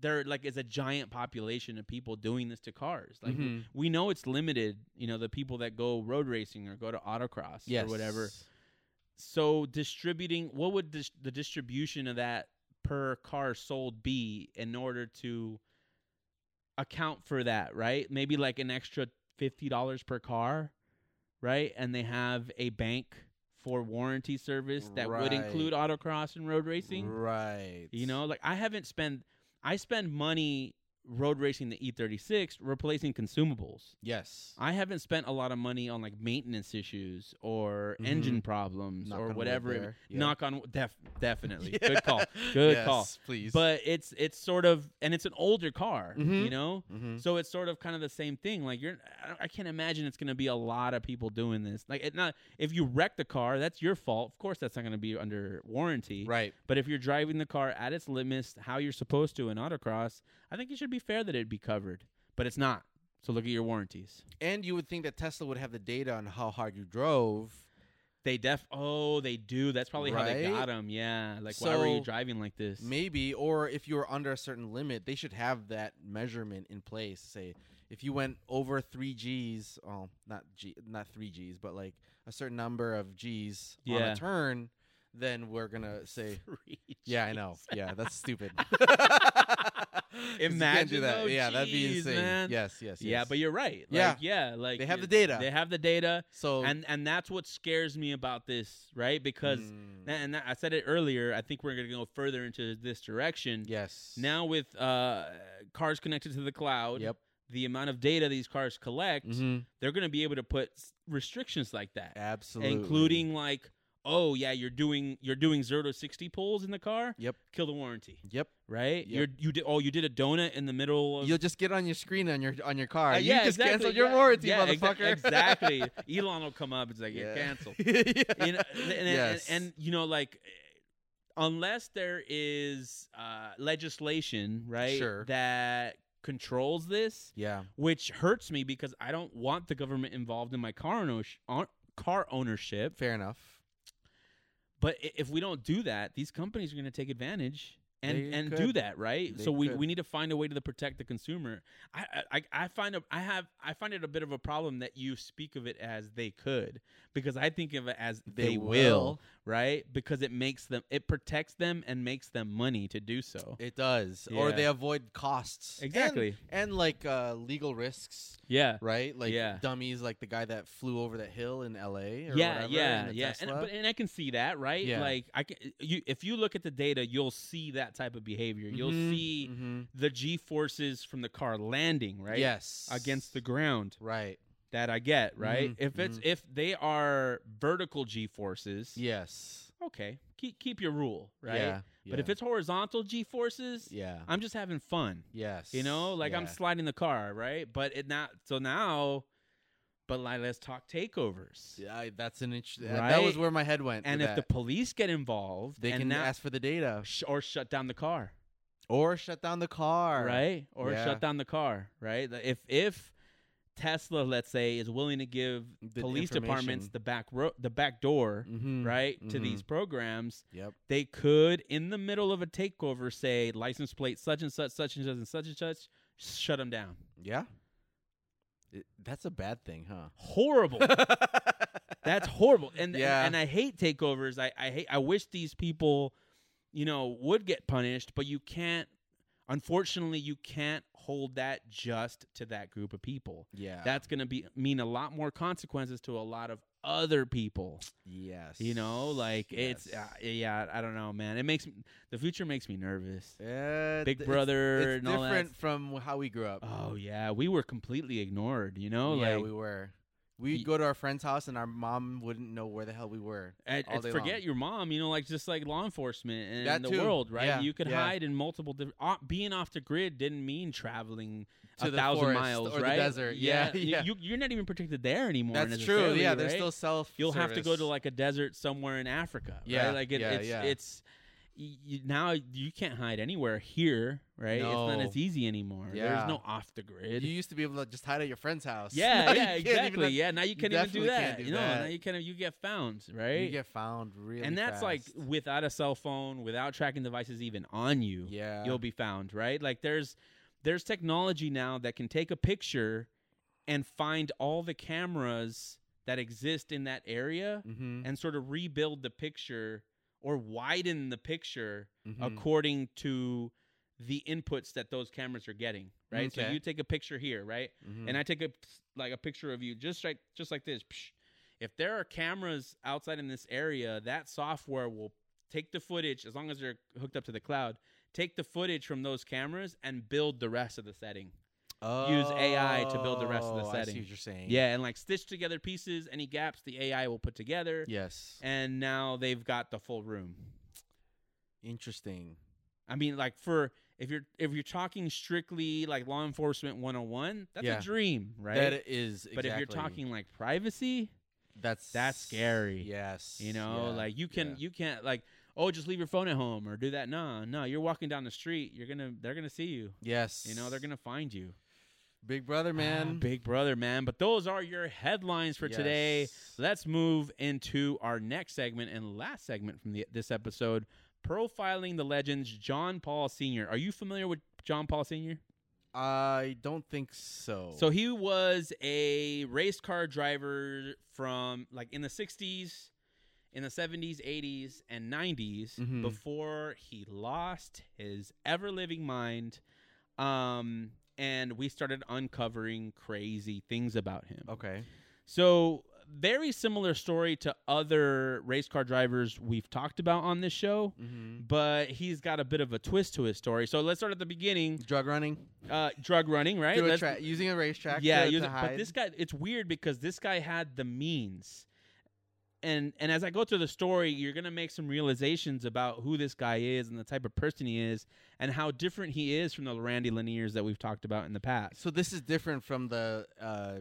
Speaker 1: there. Like, is a giant population of people doing this to cars. Like,
Speaker 2: Mhm.
Speaker 1: we know it's limited. You know, the people that go road racing or go to autocross
Speaker 2: yes.
Speaker 1: or whatever. So distributing, what would dis- the distribution of that per car sold be in order to account for that, right? Maybe like an extra $50 per car, right? And they have a bank for warranty service that would include autocross and road racing.
Speaker 2: Right.
Speaker 1: You know, like I haven't spent I spend money road racing the E36, replacing consumables.
Speaker 2: Yes.
Speaker 1: I haven't spent a lot of money on like maintenance issues or
Speaker 2: Mhm.
Speaker 1: engine problems
Speaker 2: Knock on
Speaker 1: or
Speaker 2: wood
Speaker 1: whatever. it-
Speaker 2: there. Yeah.
Speaker 1: Knock on def- definitely. Good call. Good
Speaker 2: yes,
Speaker 1: call.
Speaker 2: Please.
Speaker 1: But it's it's sort of and it's an older car,
Speaker 2: Mhm.
Speaker 1: you know?
Speaker 2: Mhm.
Speaker 1: So it's sort of kind of the same thing. Like you're, I, don't- I can't imagine it's going to be a lot of people doing this. Like it not if you wreck the car, that's your fault. Of course, that's not going to be under warranty.
Speaker 2: right.
Speaker 1: But if you're driving the car at its limits, how you're supposed to in autocross, I think it should be fair that it'd be covered. But it's not. So look at your warranties.
Speaker 2: And you would think that Tesla would have the data on how hard you drove.
Speaker 1: They def. Oh, they do. That's probably how they
Speaker 2: Right?
Speaker 1: got them. Yeah. Like why were you
Speaker 2: So,
Speaker 1: driving like this?
Speaker 2: Maybe, or if you were under a certain limit, they should have that measurement in place. Say, if you went over three G's, oh, not G, not three G's, but like a certain number of G's on
Speaker 1: Yeah.
Speaker 2: a turn, then we're gonna say,
Speaker 1: Three
Speaker 2: yeah, I know,
Speaker 1: Gs.
Speaker 2: yeah, that's stupid. 'Cause you can't
Speaker 1: Imagine
Speaker 2: do that.
Speaker 1: though,
Speaker 2: yeah, that'd be
Speaker 1: geez,
Speaker 2: insane.
Speaker 1: man.
Speaker 2: Yes, yes, yes.
Speaker 1: Yeah, but you're right.
Speaker 2: Yeah.
Speaker 1: Like, yeah. Like
Speaker 2: They have the
Speaker 1: it-
Speaker 2: data.
Speaker 1: They have the data.
Speaker 2: so
Speaker 1: and and that's what scares me about this, right? Because
Speaker 2: mm,
Speaker 1: and that- I said it earlier. I think we're gonna go further into this direction
Speaker 2: yes,
Speaker 1: now with uh, cars connected to the cloud.
Speaker 2: Yep.
Speaker 1: The amount of data these cars collect,
Speaker 2: Mhm.
Speaker 1: they're gonna be able to put s- restrictions like that,
Speaker 2: absolutely,
Speaker 1: including like, oh yeah, you're doing you're doing zero to sixty pulls in the car.
Speaker 2: Yep.
Speaker 1: Kill the warranty,
Speaker 2: Yep.
Speaker 1: right?
Speaker 2: Yep.
Speaker 1: You're you did oh you did a donut in the middle of
Speaker 2: You'll just get on your screen on your on your car.
Speaker 1: Uh,
Speaker 2: you
Speaker 1: yeah,
Speaker 2: just
Speaker 1: exactly,
Speaker 2: canceled your
Speaker 1: yeah,
Speaker 2: warranty,
Speaker 1: yeah, exa-
Speaker 2: motherfucker.
Speaker 1: exactly. Elon will come up. It's like you're
Speaker 2: Yeah.
Speaker 1: canceled.
Speaker 2: Yeah.
Speaker 1: you know, and, and-
Speaker 2: Yes.
Speaker 1: and, you know, like unless there is uh, legislation, right,
Speaker 2: Sure.
Speaker 1: that controls this,
Speaker 2: yeah.
Speaker 1: which hurts me because I don't want the government involved in my car ownership. Car ownership,
Speaker 2: Fair enough.
Speaker 1: but i- if we don't do that, these companies are going to take advantage and
Speaker 2: They
Speaker 1: and do
Speaker 2: could.
Speaker 1: that, right?
Speaker 2: They
Speaker 1: so we,
Speaker 2: could.
Speaker 1: we need to find a way to protect the consumer. I, I I find a I have I find it a bit of a problem that you speak of it as they could because I think of it as they, will right? Because it makes them, it protects them and makes them money to do so.
Speaker 2: It does. Or
Speaker 1: Yeah.
Speaker 2: they avoid costs. And-
Speaker 1: Exactly.
Speaker 2: And, like uh, legal risks,
Speaker 1: Yeah.
Speaker 2: right? Like
Speaker 1: Yeah.
Speaker 2: dummies, like the guy that flew over that hill in L.A. Or
Speaker 1: yeah,
Speaker 2: whatever,
Speaker 1: yeah,
Speaker 2: in the
Speaker 1: yeah, and,
Speaker 2: Tesla.
Speaker 1: but, and I can see that, right?
Speaker 2: Yeah.
Speaker 1: Like I can, you if you look at the data, you'll see that type of behavior. You'll
Speaker 2: Mhm,
Speaker 1: see
Speaker 2: mhm.
Speaker 1: the g forces from the car landing, right?
Speaker 2: Yes.
Speaker 1: against the ground.
Speaker 2: Right.
Speaker 1: That I get, right?
Speaker 2: Mhm,
Speaker 1: If it's if they are vertical g forces,
Speaker 2: Yes.
Speaker 1: okay, keep keep your rule, right?
Speaker 2: Yeah.
Speaker 1: But if
Speaker 2: yeah.
Speaker 1: it's horizontal g forces,
Speaker 2: yeah.
Speaker 1: I'm just having fun.
Speaker 2: Yes.
Speaker 1: You know, like I'm
Speaker 2: yeah.
Speaker 1: sliding the car, right? But it not so now. But like, let's talk takeovers.
Speaker 2: Yeah, I- that's an interesting. That was
Speaker 1: Right?
Speaker 2: where my head went.
Speaker 1: And
Speaker 2: with
Speaker 1: if the
Speaker 2: that.
Speaker 1: police get involved,
Speaker 2: they
Speaker 1: and
Speaker 2: can
Speaker 1: now-
Speaker 2: ask for the data
Speaker 1: sh- or shut down the car,
Speaker 2: or shut down the car,
Speaker 1: right? Or
Speaker 2: Yeah.
Speaker 1: shut down the car, right? Like, If if Tesla, let's say, is willing to give
Speaker 2: The
Speaker 1: police departments
Speaker 2: information.
Speaker 1: the back ro- the back door,
Speaker 2: Mhm,
Speaker 1: right, to
Speaker 2: mhm.
Speaker 1: these programs,
Speaker 2: mm-hmm. Yep.
Speaker 1: they could, in the middle of a takeover, say license plate such and such, such and such, and such and such, shut them down.
Speaker 2: Yeah. It, that's a bad thing, huh?
Speaker 1: Horrible. That's horrible. And,
Speaker 2: Yeah.
Speaker 1: and and I hate takeovers. I, I hate I wish these people, you know, would get punished, but you can't unfortunately you can't hold that just to that group of people.
Speaker 2: yeah.
Speaker 1: That's gonna be mean a lot more consequences to a lot of other people.
Speaker 2: yes.
Speaker 1: You know, like it's
Speaker 2: Yes.
Speaker 1: uh, yeah, I don't know, man. It makes me, the future makes me nervous.
Speaker 2: Uh,
Speaker 1: Big
Speaker 2: th- it's-
Speaker 1: Brother
Speaker 2: It's,
Speaker 1: and all that.
Speaker 2: different from how we grew up.
Speaker 1: Oh yeah, we were completely ignored. You know,
Speaker 2: yeah,
Speaker 1: like
Speaker 2: we were. We'd
Speaker 1: Ye-
Speaker 2: go to our friend's house and our mom wouldn't know where the hell we were.
Speaker 1: And,
Speaker 2: all
Speaker 1: and
Speaker 2: day
Speaker 1: forget
Speaker 2: long.
Speaker 1: your mom, you know, like just like law enforcement and
Speaker 2: That
Speaker 1: the
Speaker 2: too.
Speaker 1: world, right?
Speaker 2: Yeah,
Speaker 1: You could
Speaker 2: yeah.
Speaker 1: hide in multiple different. being off the grid didn't mean traveling
Speaker 2: To
Speaker 1: a
Speaker 2: the
Speaker 1: thousand
Speaker 2: forest
Speaker 1: miles,
Speaker 2: or the
Speaker 1: right?
Speaker 2: desert. Yeah,
Speaker 1: you-
Speaker 2: yeah.
Speaker 1: You, you're not even protected there anymore.
Speaker 2: That's true. Yeah,
Speaker 1: necessarily,
Speaker 2: there's
Speaker 1: right?
Speaker 2: still self.
Speaker 1: You'll have to go to like a desert somewhere in Africa.
Speaker 2: Yeah,
Speaker 1: right? like it,
Speaker 2: yeah,
Speaker 1: it's
Speaker 2: yeah.
Speaker 1: it's y y now you can't hide anywhere here, right? It's not
Speaker 2: No.
Speaker 1: as easy anymore.
Speaker 2: Yeah.
Speaker 1: There's no off the grid.
Speaker 2: You used to be able to just hide at your friend's house.
Speaker 1: yeah,
Speaker 2: Now you
Speaker 1: yeah,
Speaker 2: can't even
Speaker 1: exactly.
Speaker 2: let-
Speaker 1: yeah, now you can't even do
Speaker 2: definitely can't
Speaker 1: that.
Speaker 2: do
Speaker 1: you know,
Speaker 2: that.
Speaker 1: now you can you get found, right?
Speaker 2: You get found really.
Speaker 1: and that's like
Speaker 2: fast.
Speaker 1: without a cell phone without tracking devices even on you
Speaker 2: yeah.
Speaker 1: you'll be found right like there's there's technology now that can take a picture and find all the cameras that exist in that area
Speaker 2: Mm-hmm,
Speaker 1: and sort of rebuild the picture or widen the picture
Speaker 2: hmm
Speaker 1: according to the inputs that those cameras are getting right so
Speaker 2: Okay.
Speaker 1: you take a picture here right
Speaker 2: mm-hmm. Mm.
Speaker 1: and I take a like a picture of you just like just like this. Psh. If there are cameras outside in this area, that software will take the footage as long as they're hooked up to the cloud, take the footage from those cameras and build the rest of the setting. Use AI to build the rest of the
Speaker 2: Oh, I
Speaker 1: setting.
Speaker 2: see what you're saying.
Speaker 1: Yeah, and like stitch together pieces, any gaps the AI will put together.
Speaker 2: Yes.
Speaker 1: And now they've got the full room.
Speaker 2: Interesting.
Speaker 1: I mean, like for if you're if you're talking strictly like law enforcement 101, that's
Speaker 2: Yeah.
Speaker 1: a dream, right?
Speaker 2: That is exactly.
Speaker 1: But if you're talking like privacy,
Speaker 2: that's
Speaker 1: that's scary.
Speaker 2: Yes.
Speaker 1: you know,
Speaker 2: yeah,
Speaker 1: like you can
Speaker 2: yeah.
Speaker 1: you can't like oh just leave your phone at home or do that. No, no, you're walking down the street, you're gonna they're gonna see you.
Speaker 2: Yes.
Speaker 1: You know, they're gonna find you.
Speaker 2: Big Brother man.
Speaker 1: Big brother, man. But those are your headlines for today.
Speaker 2: Yes.
Speaker 1: Let's move into our next segment and last segment from the, this episode, profiling the legends John Paul Sr. Are you familiar with John Paul Sr.?
Speaker 2: I don't think so.
Speaker 1: So he was a race car driver from like in the 60s, in the 70s, 80s, and 90s
Speaker 2: Mhm.
Speaker 1: before he lost his ever living mind. Um, and we started uncovering crazy things about him.
Speaker 2: okay.
Speaker 1: So, very similar story to other race car drivers we've talked about on this show,
Speaker 2: Mm-hmm.
Speaker 1: but he's got a bit of a twist to his story. So, let's start at the beginning.
Speaker 2: Drug running.
Speaker 1: Uh, drug running, right?
Speaker 2: Through a
Speaker 1: Let's-
Speaker 2: tra- using a racetrack.
Speaker 1: yeah,
Speaker 2: To,
Speaker 1: use
Speaker 2: to
Speaker 1: it- but
Speaker 2: hide.
Speaker 1: this guy it's weird because this guy had the means. And and as I go through the story, you're going to make some realizations about who this guy is and the type of person he is and how different he is from the Randy Laniers that we've talked about in the past.
Speaker 2: So this is different from the uh,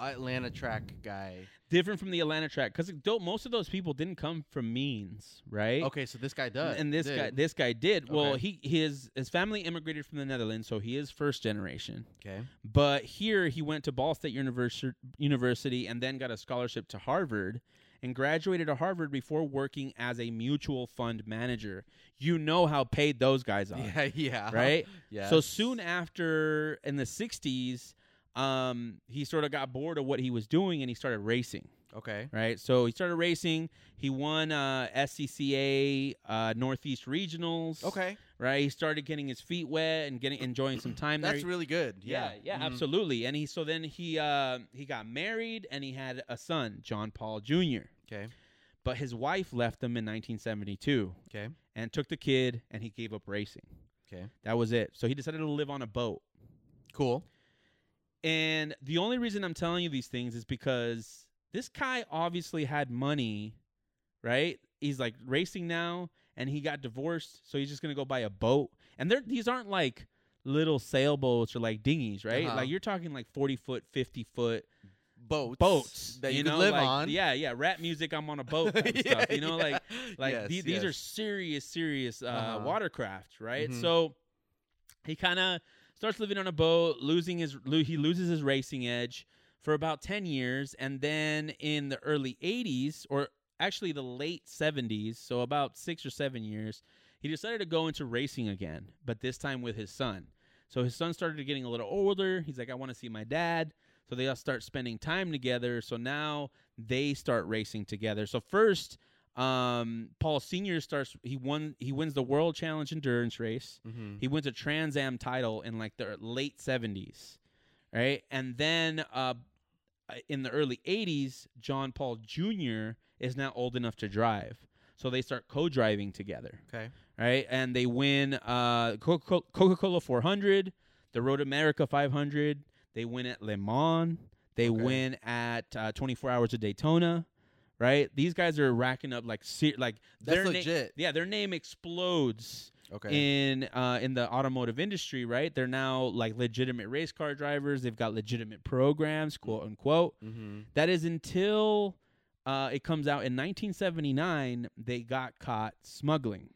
Speaker 2: Atlanta track guy.
Speaker 1: Different from the Atlanta track cuz most of those people didn't come from means, right?
Speaker 2: Okay, so this guy does.
Speaker 1: and this
Speaker 2: did.
Speaker 1: guy this guy did. Well,
Speaker 2: Okay.
Speaker 1: he his his family immigrated from the Netherlands, so he is first generation.
Speaker 2: Okay.
Speaker 1: But here he went to Ball State University, University and then got a scholarship to Harvard and graduated to Harvard before working as a mutual fund manager. You know how paid those guys are,
Speaker 2: Yeah. Yeah.
Speaker 1: right?
Speaker 2: Yeah.
Speaker 1: So soon after in the 60s, um, he sort of got bored of what he was doing and he started racing
Speaker 2: Okay.
Speaker 1: right? So he started racing. He won uh, SCCA uh, Northeast Regionals.
Speaker 2: Okay.
Speaker 1: right. He started getting his feet wet and getting enjoying some time there.
Speaker 2: That's really good.
Speaker 1: yeah,
Speaker 2: Yeah.
Speaker 1: yeah,
Speaker 2: Mhm.
Speaker 1: absolutely. And he so then he uh, he got married and he had a son, John Paul Jr.
Speaker 2: Okay.
Speaker 1: But his wife left him in 1972
Speaker 2: Okay.
Speaker 1: and took the kid, and he gave up racing.
Speaker 2: Okay.
Speaker 1: That was it. So he decided to live on a boat.
Speaker 2: Cool.
Speaker 1: And the only reason I'm telling you these things is because this guy obviously had money, right? He's like racing now and he got divorced, so he's just going to go buy a boat. And they're, these aren't like little sailboats or like dinghies, right?
Speaker 2: Uh-huh.
Speaker 1: Like you're talking like 40 foot, 50 foot
Speaker 2: Boats.
Speaker 1: boats
Speaker 2: that you,
Speaker 1: know,
Speaker 2: could live
Speaker 1: like-
Speaker 2: on.
Speaker 1: Yeah, yeah. Rap music, I'm on a boat type stuff. You know,
Speaker 2: yeah.
Speaker 1: like like
Speaker 2: Yes,
Speaker 1: the- these are
Speaker 2: yes.
Speaker 1: serious serious uh,
Speaker 2: Uh-huh.
Speaker 1: watercraft right
Speaker 2: Mhm.
Speaker 1: so he kind of starts living on a boat losing his lo- he loses his racing edge for about 10 years and then in the early 80s or actually the late 70s so about 6 or 7 years he decided to go into racing again but this time with his son so his son started getting a little older he's like i want to see my dad so they all start spending time together so now they start racing together so first um, Paul Senior starts. He won. He wins the World Challenge Endurance Race.
Speaker 2: Mhm.
Speaker 1: He wins a Trans Am title in like the late seventies, right? And then uh, in the early eighties, John Paul Junior is now old enough to drive, so they start co-driving together,
Speaker 2: Okay.
Speaker 1: right? And they win uh, Coca Cola Four Hundred, the Road America Five Hundred. They win at Le Mans. They
Speaker 2: Okay.
Speaker 1: win at uh, Twenty Four Hours of Daytona. Right, these guys are racking up like ser- like
Speaker 2: That's
Speaker 1: their na-
Speaker 2: legit.
Speaker 1: yeah, their name explodes
Speaker 2: okay.
Speaker 1: in uh, in the automotive industry. Right, they're now like legitimate race car drivers. They've got legitimate
Speaker 2: Mm.
Speaker 1: programs, quote unquote.
Speaker 2: mm-hmm.
Speaker 1: That is until uh, it comes out in 1979. They got caught smuggling.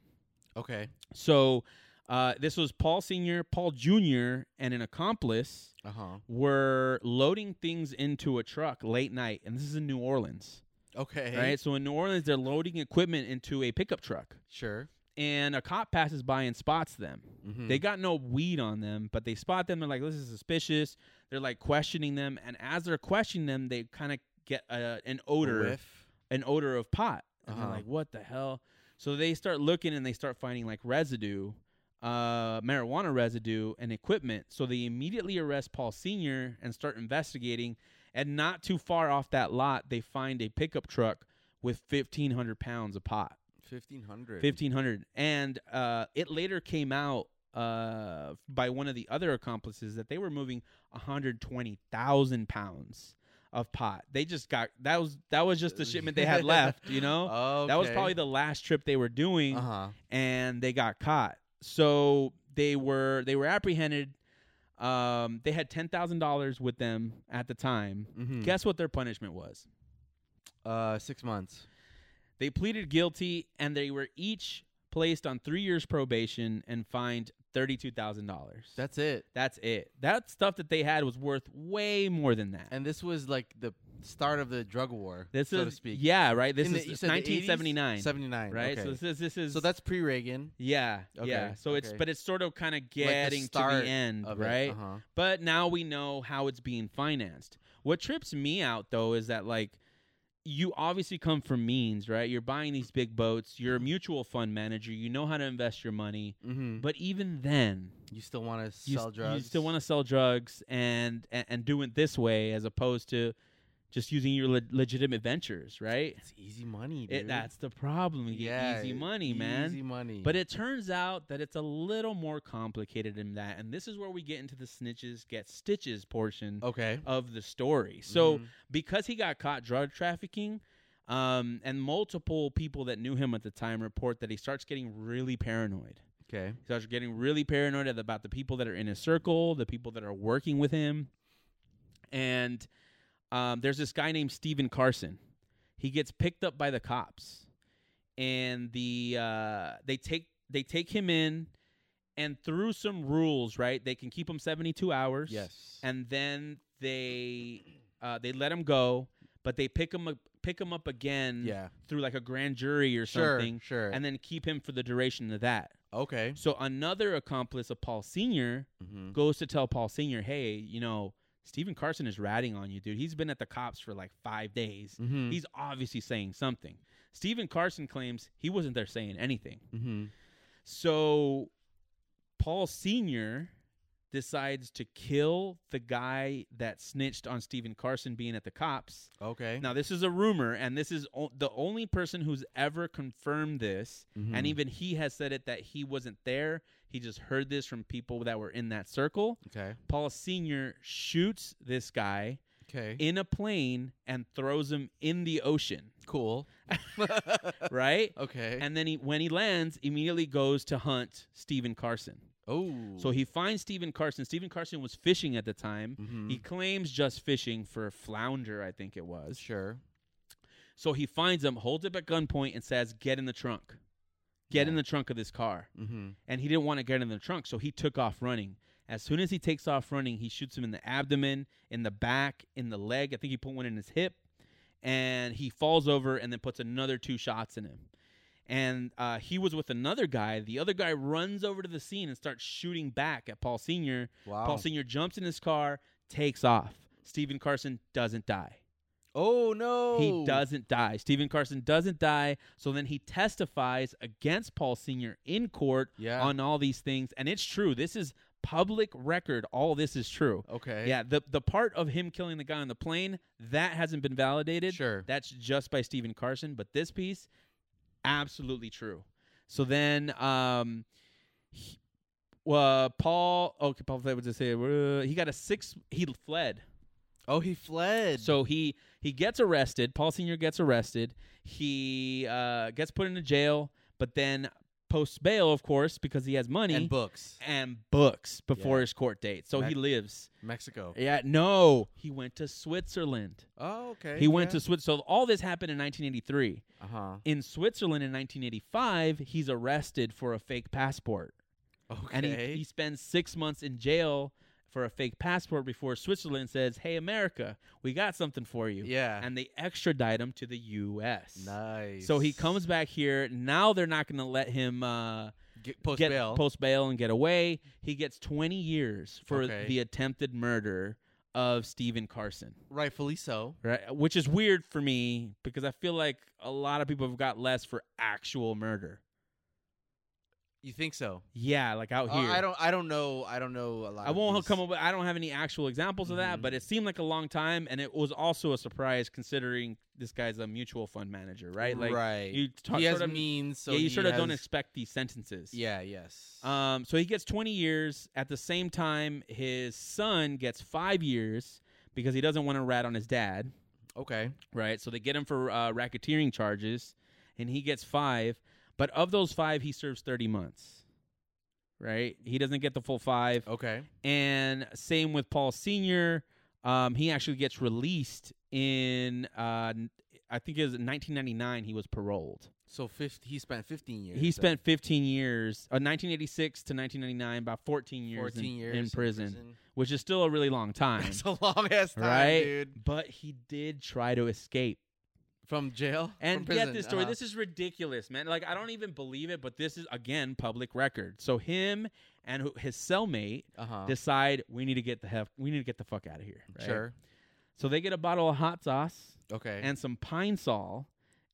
Speaker 2: Okay.
Speaker 1: So uh, this was Paul Sr., Paul Jr., and an accomplice
Speaker 2: Uh huh.
Speaker 1: were loading things into a truck late night. And this is in New Orleans,
Speaker 2: Okay.
Speaker 1: right? So in New Orleans, they're loading equipment into a pickup truck.
Speaker 2: Sure.
Speaker 1: And a cop passes by and spots them.
Speaker 2: Mhm.
Speaker 1: They got no weed on them, but they spot them. They're like, this is suspicious. They're like questioning them. And as they're questioning them, they kind of get uh, an odor
Speaker 2: Whiff.
Speaker 1: an odor of pot. And
Speaker 2: Uh-huh.
Speaker 1: they're like, what the hell? So they start looking and they start finding like residue, uh, marijuana residue and equipment. So they immediately arrest Paul Sr. and start investigating. And not too far off that lot, they find a pickup truck with 1,500 pounds of pot.
Speaker 4: Fifteen hundred.
Speaker 1: fifteen hundred, and uh, it later came out uh, by one of the other accomplices that they were moving hundred twenty thousand pounds of pot. They just got that was that was just the shipment they had left. You
Speaker 2: Oh,
Speaker 1: know,
Speaker 2: Okay. Uh-huh.
Speaker 1: that was probably the last trip they were doing,
Speaker 4: Uh huh.
Speaker 1: and they got caught. So they were they were apprehended. Um, they had ten thousand dollars with them at the time.
Speaker 2: Hmm.
Speaker 4: Mm-hmm.
Speaker 1: Guess what their punishment was?
Speaker 2: uh six months.
Speaker 1: They pleaded guilty and they were each placed on three years probation and fined thirty-two thousand dollars.
Speaker 2: That's it.
Speaker 1: that's it. That stuff that they had was worth way more than that.
Speaker 2: And this was like the start of the drug war,
Speaker 1: this
Speaker 2: so
Speaker 1: is
Speaker 2: to speak.
Speaker 1: yeah, right. This
Speaker 2: In the- you
Speaker 1: is
Speaker 2: said the 80s?
Speaker 1: nineteen seventy-nine,
Speaker 2: Seventy-nine.
Speaker 1: right?
Speaker 2: okay.
Speaker 1: So this is this is
Speaker 2: So that's pre-Reagan.
Speaker 1: yeah, yeah.
Speaker 2: Okay,
Speaker 1: So it's
Speaker 2: okay.
Speaker 1: but it's sort of kind of getting to
Speaker 2: start
Speaker 1: the end,
Speaker 2: of it,
Speaker 1: right?
Speaker 2: Uh-huh.
Speaker 1: But now we know how it's being financed. What trips me out though is that like you obviously come from means, right? You're buying these big boats, you're a mutual fund manager, you know how to invest your money,
Speaker 2: Mm-hmm.
Speaker 1: but even then,
Speaker 2: You still want to
Speaker 1: you,
Speaker 2: sell
Speaker 1: s-
Speaker 2: drugs?
Speaker 1: you still want to sell drugs and, and and do it this way as opposed to just using your le- legitimate ventures, right?
Speaker 2: It's easy money, dude.
Speaker 1: It, that's the problem. You get
Speaker 2: yeah,
Speaker 1: easy money, man.
Speaker 2: Easy money.
Speaker 1: But it turns out that it's a little more complicated than that. And this is where we get into the snitches get stitches portion
Speaker 2: okay.
Speaker 1: of the story. So
Speaker 2: Mhm.
Speaker 1: because he got caught drug trafficking, um, and multiple people that knew him at the time report that he starts getting really paranoid.
Speaker 2: Mm-hmm. okay.
Speaker 1: He starts getting really paranoid at- about the people that are in his circle, the people that are working with him. And um, there's this guy named Steven Carson. He gets picked up by the cops, and the uh, they take they take him in, and through some rules, right? They can keep him 72 hours
Speaker 2: Yes.
Speaker 1: and then they uh, they let him go, but they pick him up, pick him up again
Speaker 2: yeah.
Speaker 1: through like a grand jury or
Speaker 2: Sure.
Speaker 1: something,
Speaker 2: Sure.
Speaker 1: and then keep him for the duration of that.
Speaker 2: okay.
Speaker 1: So another accomplice of Paul Senior
Speaker 2: Mm-hmm.
Speaker 1: goes to tell Paul Senior, "Hey, you know." Steven Carson is ratting on you, dude. He's been at the cops for like five days.
Speaker 2: Mm-hmm.
Speaker 1: He's obviously saying something. Steven Carson claims he wasn't there saying anything.
Speaker 2: mm-hmm.
Speaker 1: So Paul Sr. decides to kill the guy that snitched on Stephen Carson being at the cops.
Speaker 2: Okay.
Speaker 1: Now, this is a rumor, and this is o- the only person who's ever confirmed this.
Speaker 2: Mm-hmm. Hmm.
Speaker 1: And even he has said it that he wasn't there. He just heard this from people that were in that circle.
Speaker 2: okay.
Speaker 1: Paul Sr. shoots this guy
Speaker 2: Okay.
Speaker 1: in a plane and throws him in the ocean,
Speaker 2: cool.
Speaker 1: right?
Speaker 2: okay.
Speaker 1: And then he, when he lands, immediately goes to hunt Stephen Carson.
Speaker 2: oh.
Speaker 1: So he finds Stephen Carson. Stephen Carson was fishing at the time.
Speaker 2: Mhm.
Speaker 1: He claims just fishing for flounder, I think it was.
Speaker 2: Uh, sure.
Speaker 1: So he finds him, holds him at gunpoint, and says, Get in the trunk. Get in the trunk of this car.
Speaker 2: Mm-hmm.
Speaker 1: And he didn't want to get in the trunk, so he took off running. As soon as he takes off running, he shoots him in the abdomen, in the back, in the leg. I think he put one in his hip. And he falls over and then puts another two shots in him. And uh, he was with another guy. The other guy runs over to the scene and starts shooting back at Paul Sr.
Speaker 2: Wow.
Speaker 1: Paul Sr. jumps in his car, takes off. Stephen Carson doesn't die.
Speaker 2: oh no.
Speaker 1: He doesn't die. Stephen Carson doesn't die. So then he testifies against Paul Sr. in court
Speaker 2: Yeah.
Speaker 1: on all these things. And it's true. This is public record. All this is true.
Speaker 2: okay.
Speaker 1: Yeah, the, the part of him killing the guy on the plane, that hasn't been validated.
Speaker 2: Sure.
Speaker 1: That's just by Stephen Carson, but this piece, absolutely true. So then, um, he- uh, Paul. Okay, Paul Fled was just say uh, he got a six. He fled.
Speaker 2: Oh, he fled.
Speaker 1: So he he gets arrested. Paul Senior gets arrested. He uh, gets put into jail, but then posts bail, of course, because he has money
Speaker 2: and books.
Speaker 1: and books before
Speaker 2: Yeah.
Speaker 1: his court date. So he
Speaker 2: Mac-
Speaker 1: lives.
Speaker 2: Mexico.
Speaker 1: Yeah, no, he went to Switzerland.
Speaker 2: Oh, okay.
Speaker 1: He went to Switzerland. So all this happened in 1983.
Speaker 2: Uh huh.
Speaker 1: In Switzerland in 1985, he's arrested for a fake passport.
Speaker 2: Okay.
Speaker 1: And he, he spends six months in jail for a fake passport before Switzerland says, Hey, America, we got something for you.
Speaker 2: yeah.
Speaker 1: And they extradite him to the U.S.
Speaker 2: nice.
Speaker 1: So he comes back here. Now they're not going to let him uh,
Speaker 2: Get post
Speaker 1: get
Speaker 2: bail.
Speaker 1: post bail and get away. He gets 20 years for
Speaker 2: Okay.
Speaker 1: the attempted murder of Stephen Carson.
Speaker 2: Rightfully so.
Speaker 1: Right, which is weird for me because I feel like a lot of people have got less for actual murder.
Speaker 2: You think so?
Speaker 1: Yeah, like out
Speaker 2: Uh,
Speaker 1: Oh, here.
Speaker 2: I don't. I don't know. I don't know a lot.
Speaker 1: I
Speaker 2: of
Speaker 1: won't
Speaker 2: these.
Speaker 1: come up. With, I don't have any actual examples of that,
Speaker 2: Mhm.
Speaker 1: but it seemed like a long time, and it was also a surprise considering this guy's a mutual fund manager, right? Like
Speaker 2: right.
Speaker 1: you talk
Speaker 2: he has
Speaker 1: sort of,
Speaker 2: means. So
Speaker 1: yeah, you
Speaker 2: he
Speaker 1: sort of don't
Speaker 2: has-
Speaker 1: expect these sentences.
Speaker 2: Yeah. Yes.
Speaker 1: Um, so he gets 20 years. At the same time, his son gets five years because he doesn't want to rat on his dad,
Speaker 2: okay.
Speaker 1: right? So they get him for uh, racketeering charges, and he gets five. But of those five, he serves 30 months, right? He doesn't get the full five.
Speaker 2: Okay.
Speaker 1: And same with Paul Senior. Um, he actually gets released in uh, n- I think it was 1999. He was paroled.
Speaker 2: So 50, he spent 15 years.
Speaker 1: He
Speaker 2: then.
Speaker 1: spent 15 years, uh, 1986 to 1999, about 14 years,
Speaker 2: 14
Speaker 1: in,
Speaker 2: years
Speaker 1: in prison, which is still a really long time,
Speaker 2: That's a long ass time,
Speaker 1: right?
Speaker 2: dude.
Speaker 1: But he did try to escape.
Speaker 2: From jail.
Speaker 1: And
Speaker 2: From prison.
Speaker 1: get this story.
Speaker 2: Uh-huh.
Speaker 1: This is ridiculous, man. Like I don't even believe it, but this is again public record. So him and who- his cellmate
Speaker 2: Uh-huh.
Speaker 1: decide we need to get the hef- we need to get the fuck out of here. right?
Speaker 2: Sure.
Speaker 1: So they get a bottle of hot sauce
Speaker 2: Okay.
Speaker 1: and some pine sol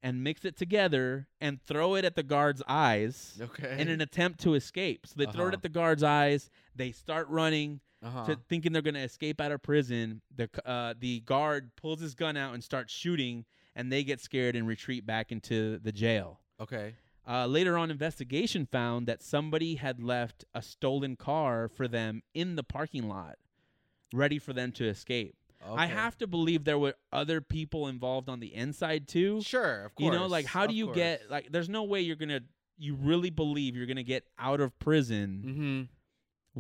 Speaker 1: and mix it together and throw it at the guard's eyes
Speaker 2: okay.
Speaker 1: in an attempt to escape. So they throw
Speaker 2: Uh-huh.
Speaker 1: it at the guard's eyes. They start running
Speaker 2: uh-huh.
Speaker 1: to thinking they're going to escape out of prison. The c- uh, the guard pulls his gun out and starts shooting, and they get scared and retreat back into the jail.
Speaker 2: okay.
Speaker 1: Uh, later on, investigation found that somebody had left a stolen car for them in the parking lot, ready for them to escape. I
Speaker 2: Okay.
Speaker 1: have to believe there were other people involved on the inside too.
Speaker 2: Sure. Of course.
Speaker 1: you know, like how
Speaker 2: of
Speaker 1: do you
Speaker 2: course.
Speaker 1: get like there's no way you're going to you really believe you're going to get out of
Speaker 2: Mhm.
Speaker 1: prison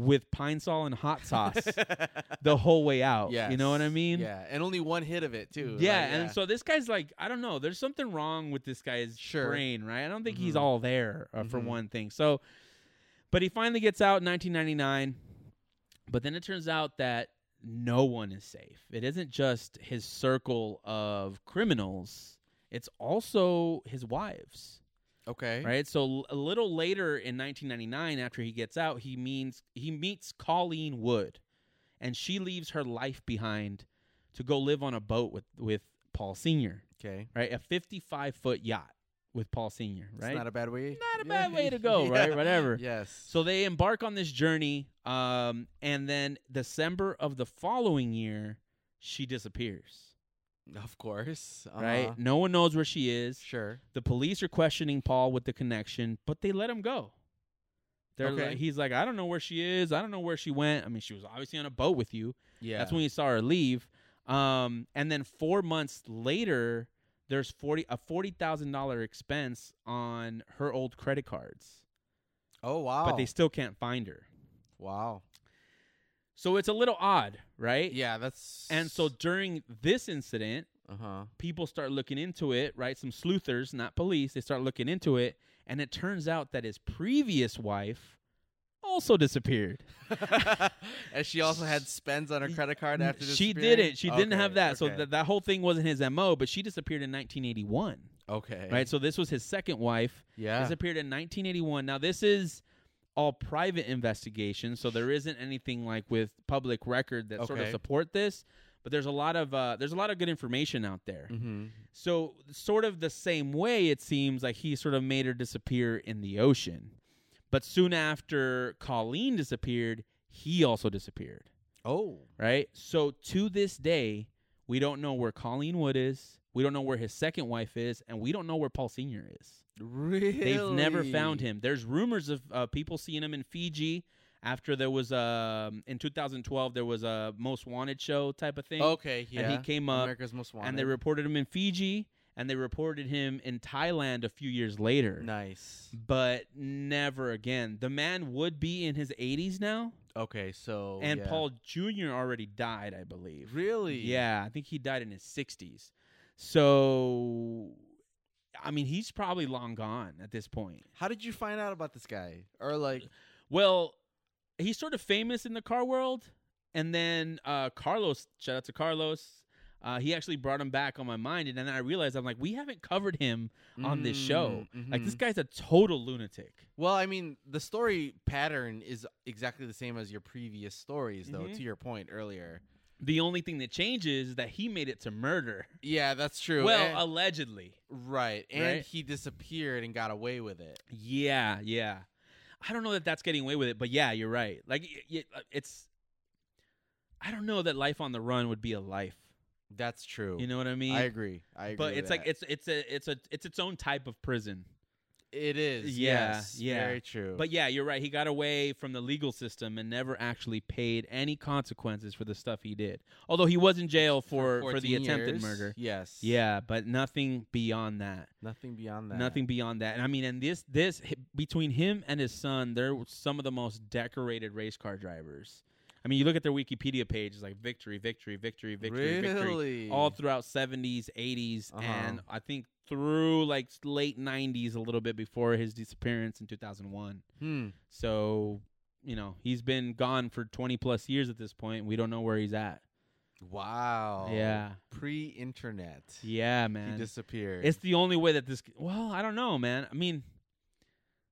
Speaker 1: with pine sol and hot sauce the whole way out.
Speaker 2: Yes.
Speaker 1: You know what I mean?
Speaker 2: Yeah. And only one hit of it too.
Speaker 1: Yeah,
Speaker 2: Like,
Speaker 1: and so this guy's like, I don't know. There's something wrong with this guy's
Speaker 2: Sure.
Speaker 1: brain, right? I don't think he's
Speaker 2: Mhm.
Speaker 1: all there uh, for
Speaker 2: Mhm.
Speaker 1: one thing. So, but he finally gets out in 1999. But then it turns out that no one is safe. It isn't just his circle of criminals; it's also his wives,
Speaker 2: okay.
Speaker 1: right? So l- a little later in 1999, after he gets out, he means he meets Colleen Wood, and she leaves her life behind to go live on a boat with with Paul Senior
Speaker 2: Okay.
Speaker 1: right? A 55 foot yacht with Paul Senior, right?
Speaker 2: It's not a bad way.
Speaker 1: Not a
Speaker 2: Yeah.
Speaker 1: bad way to go,
Speaker 2: Yeah.
Speaker 1: right? Whatever.
Speaker 2: Yes.
Speaker 1: So they embark on this journey, um, and then December of the following year, she disappears.
Speaker 2: of course. uh
Speaker 1: Right? No one knows where she is.
Speaker 2: Sure.
Speaker 1: The police are questioning Paul with the connection, but they let him go. They're
Speaker 2: Okay.
Speaker 1: like, he's like, I don't know where she is. I don't know where she went. I mean, she was obviously on a boat with you.
Speaker 2: Yeah.
Speaker 1: That's when you saw her leave. Um, and then four months later, there's forty a forty thousand dollar expense on her old credit cards,
Speaker 2: Oh wow.
Speaker 1: but they still can't find her.
Speaker 2: wow.
Speaker 1: So it's a little odd, right?
Speaker 2: Yeah. That's.
Speaker 1: And so during this incident,
Speaker 2: Uh huh.
Speaker 1: people start looking into it, right? Some sleuthers, not police, they start looking into it, and it turns out that his previous wife also disappeared.
Speaker 2: and she also had spends on her credit card
Speaker 1: N-
Speaker 2: after this.
Speaker 1: she
Speaker 2: period?
Speaker 1: didn't. She didn't have
Speaker 2: Okay,
Speaker 1: that. So
Speaker 2: okay.
Speaker 1: th- that whole thing wasn't his mo. But she disappeared in 1981.
Speaker 2: okay.
Speaker 1: right? So this was his second wife.
Speaker 2: Yeah.
Speaker 1: Disappeared in 1981. Now this is all private investigation, so there isn't anything like with public record that sort of
Speaker 2: Okay.
Speaker 1: support this. But there's a lot of uh, there's a lot of good information out there.
Speaker 2: Mm-hmm.
Speaker 1: So sort of the same way, it seems like he sort of made her disappear in the ocean. But soon after Colleen disappeared, he also disappeared.
Speaker 2: Oh.
Speaker 1: Right. So to this day, we don't know where Colleen Wood is. We don't know where his second wife is, and we don't know where Paul Senior is.
Speaker 2: Really?
Speaker 1: They've never found him. There's rumors of uh, people seeing him in Fiji after there was um in 2012 there was a most wanted show type of thing,
Speaker 2: Okay. Oh, Yeah.
Speaker 1: and he came up
Speaker 2: America's Most Wanted.
Speaker 1: and they reported him in Fiji, and they reported him in Thailand a few years later.
Speaker 2: nice.
Speaker 1: But never again. The man would be in his 80s now,
Speaker 2: Okay. So
Speaker 1: and
Speaker 2: Oh, yeah.
Speaker 1: Paul Jr. already died, I believe.
Speaker 2: Really?
Speaker 1: Yeah, I think he died in his 60s. So, I mean, he's probably long gone at this point.
Speaker 2: How did you find out about this guy? Or like,
Speaker 1: Well, he's sort of famous in the car world. And then uh, Carlos, shout out to Carlos. Uh, he actually brought him back on my mind, and then I realized I'm like, we haven't covered him. On this show,
Speaker 2: Mm,
Speaker 1: Like this
Speaker 2: mhm.
Speaker 1: guy's a total lunatic.
Speaker 2: Well, I mean, the story pattern is exactly the same as your previous stories, though.
Speaker 1: Mhm.
Speaker 2: To your point earlier.
Speaker 1: The only thing that changes is that he made it to murder.
Speaker 2: Yeah, that's true. eh.
Speaker 1: well,
Speaker 2: And-
Speaker 1: allegedly.
Speaker 2: uh, right, and
Speaker 1: right.
Speaker 2: he disappeared and got away with it.
Speaker 1: Yeah, yeah. I don't know that that's getting away with it, but yeah, you're right. Like y- y- uh, it's I don't know that life on the run would be a life.
Speaker 2: That's true.
Speaker 1: You know what I mean?
Speaker 2: I agree. I agree.
Speaker 1: but
Speaker 2: with
Speaker 1: it's like
Speaker 2: that.
Speaker 1: it's it's a it's a it's its own type of prison.
Speaker 2: it is.
Speaker 1: Yeah,
Speaker 2: yes,
Speaker 1: yeah.
Speaker 2: Very true.
Speaker 1: But yeah, you're right. He got away from the legal system and never actually paid any consequences for the stuff he did. Although he was in jail for for, the
Speaker 2: 14
Speaker 1: attempted
Speaker 2: years,
Speaker 1: murder.
Speaker 2: Yes.
Speaker 1: Yeah, but nothing beyond that.
Speaker 2: Nothing beyond that.
Speaker 1: Nothing beyond that. And I mean, and this this hi- between him and his son, they're some of the most decorated race car drivers. I mean, you look at their Wikipedia page, it's like victory, victory, victory, victory, victory,
Speaker 2: Really?
Speaker 1: all throughout 70s, 80s,
Speaker 2: Uh-huh.
Speaker 1: and I think through like s- late 90s a little bit before his disappearance in 2001.
Speaker 2: Hmm.
Speaker 1: So, you know, he's been gone for 20 plus years at this point. We don't know where he's at.
Speaker 2: Wow.
Speaker 1: Yeah.
Speaker 2: Pre-internet.
Speaker 1: Yeah,
Speaker 2: Oh. He
Speaker 1: man.
Speaker 2: disappeared.
Speaker 1: It's the only way that this. Well, I don't know, man. I mean,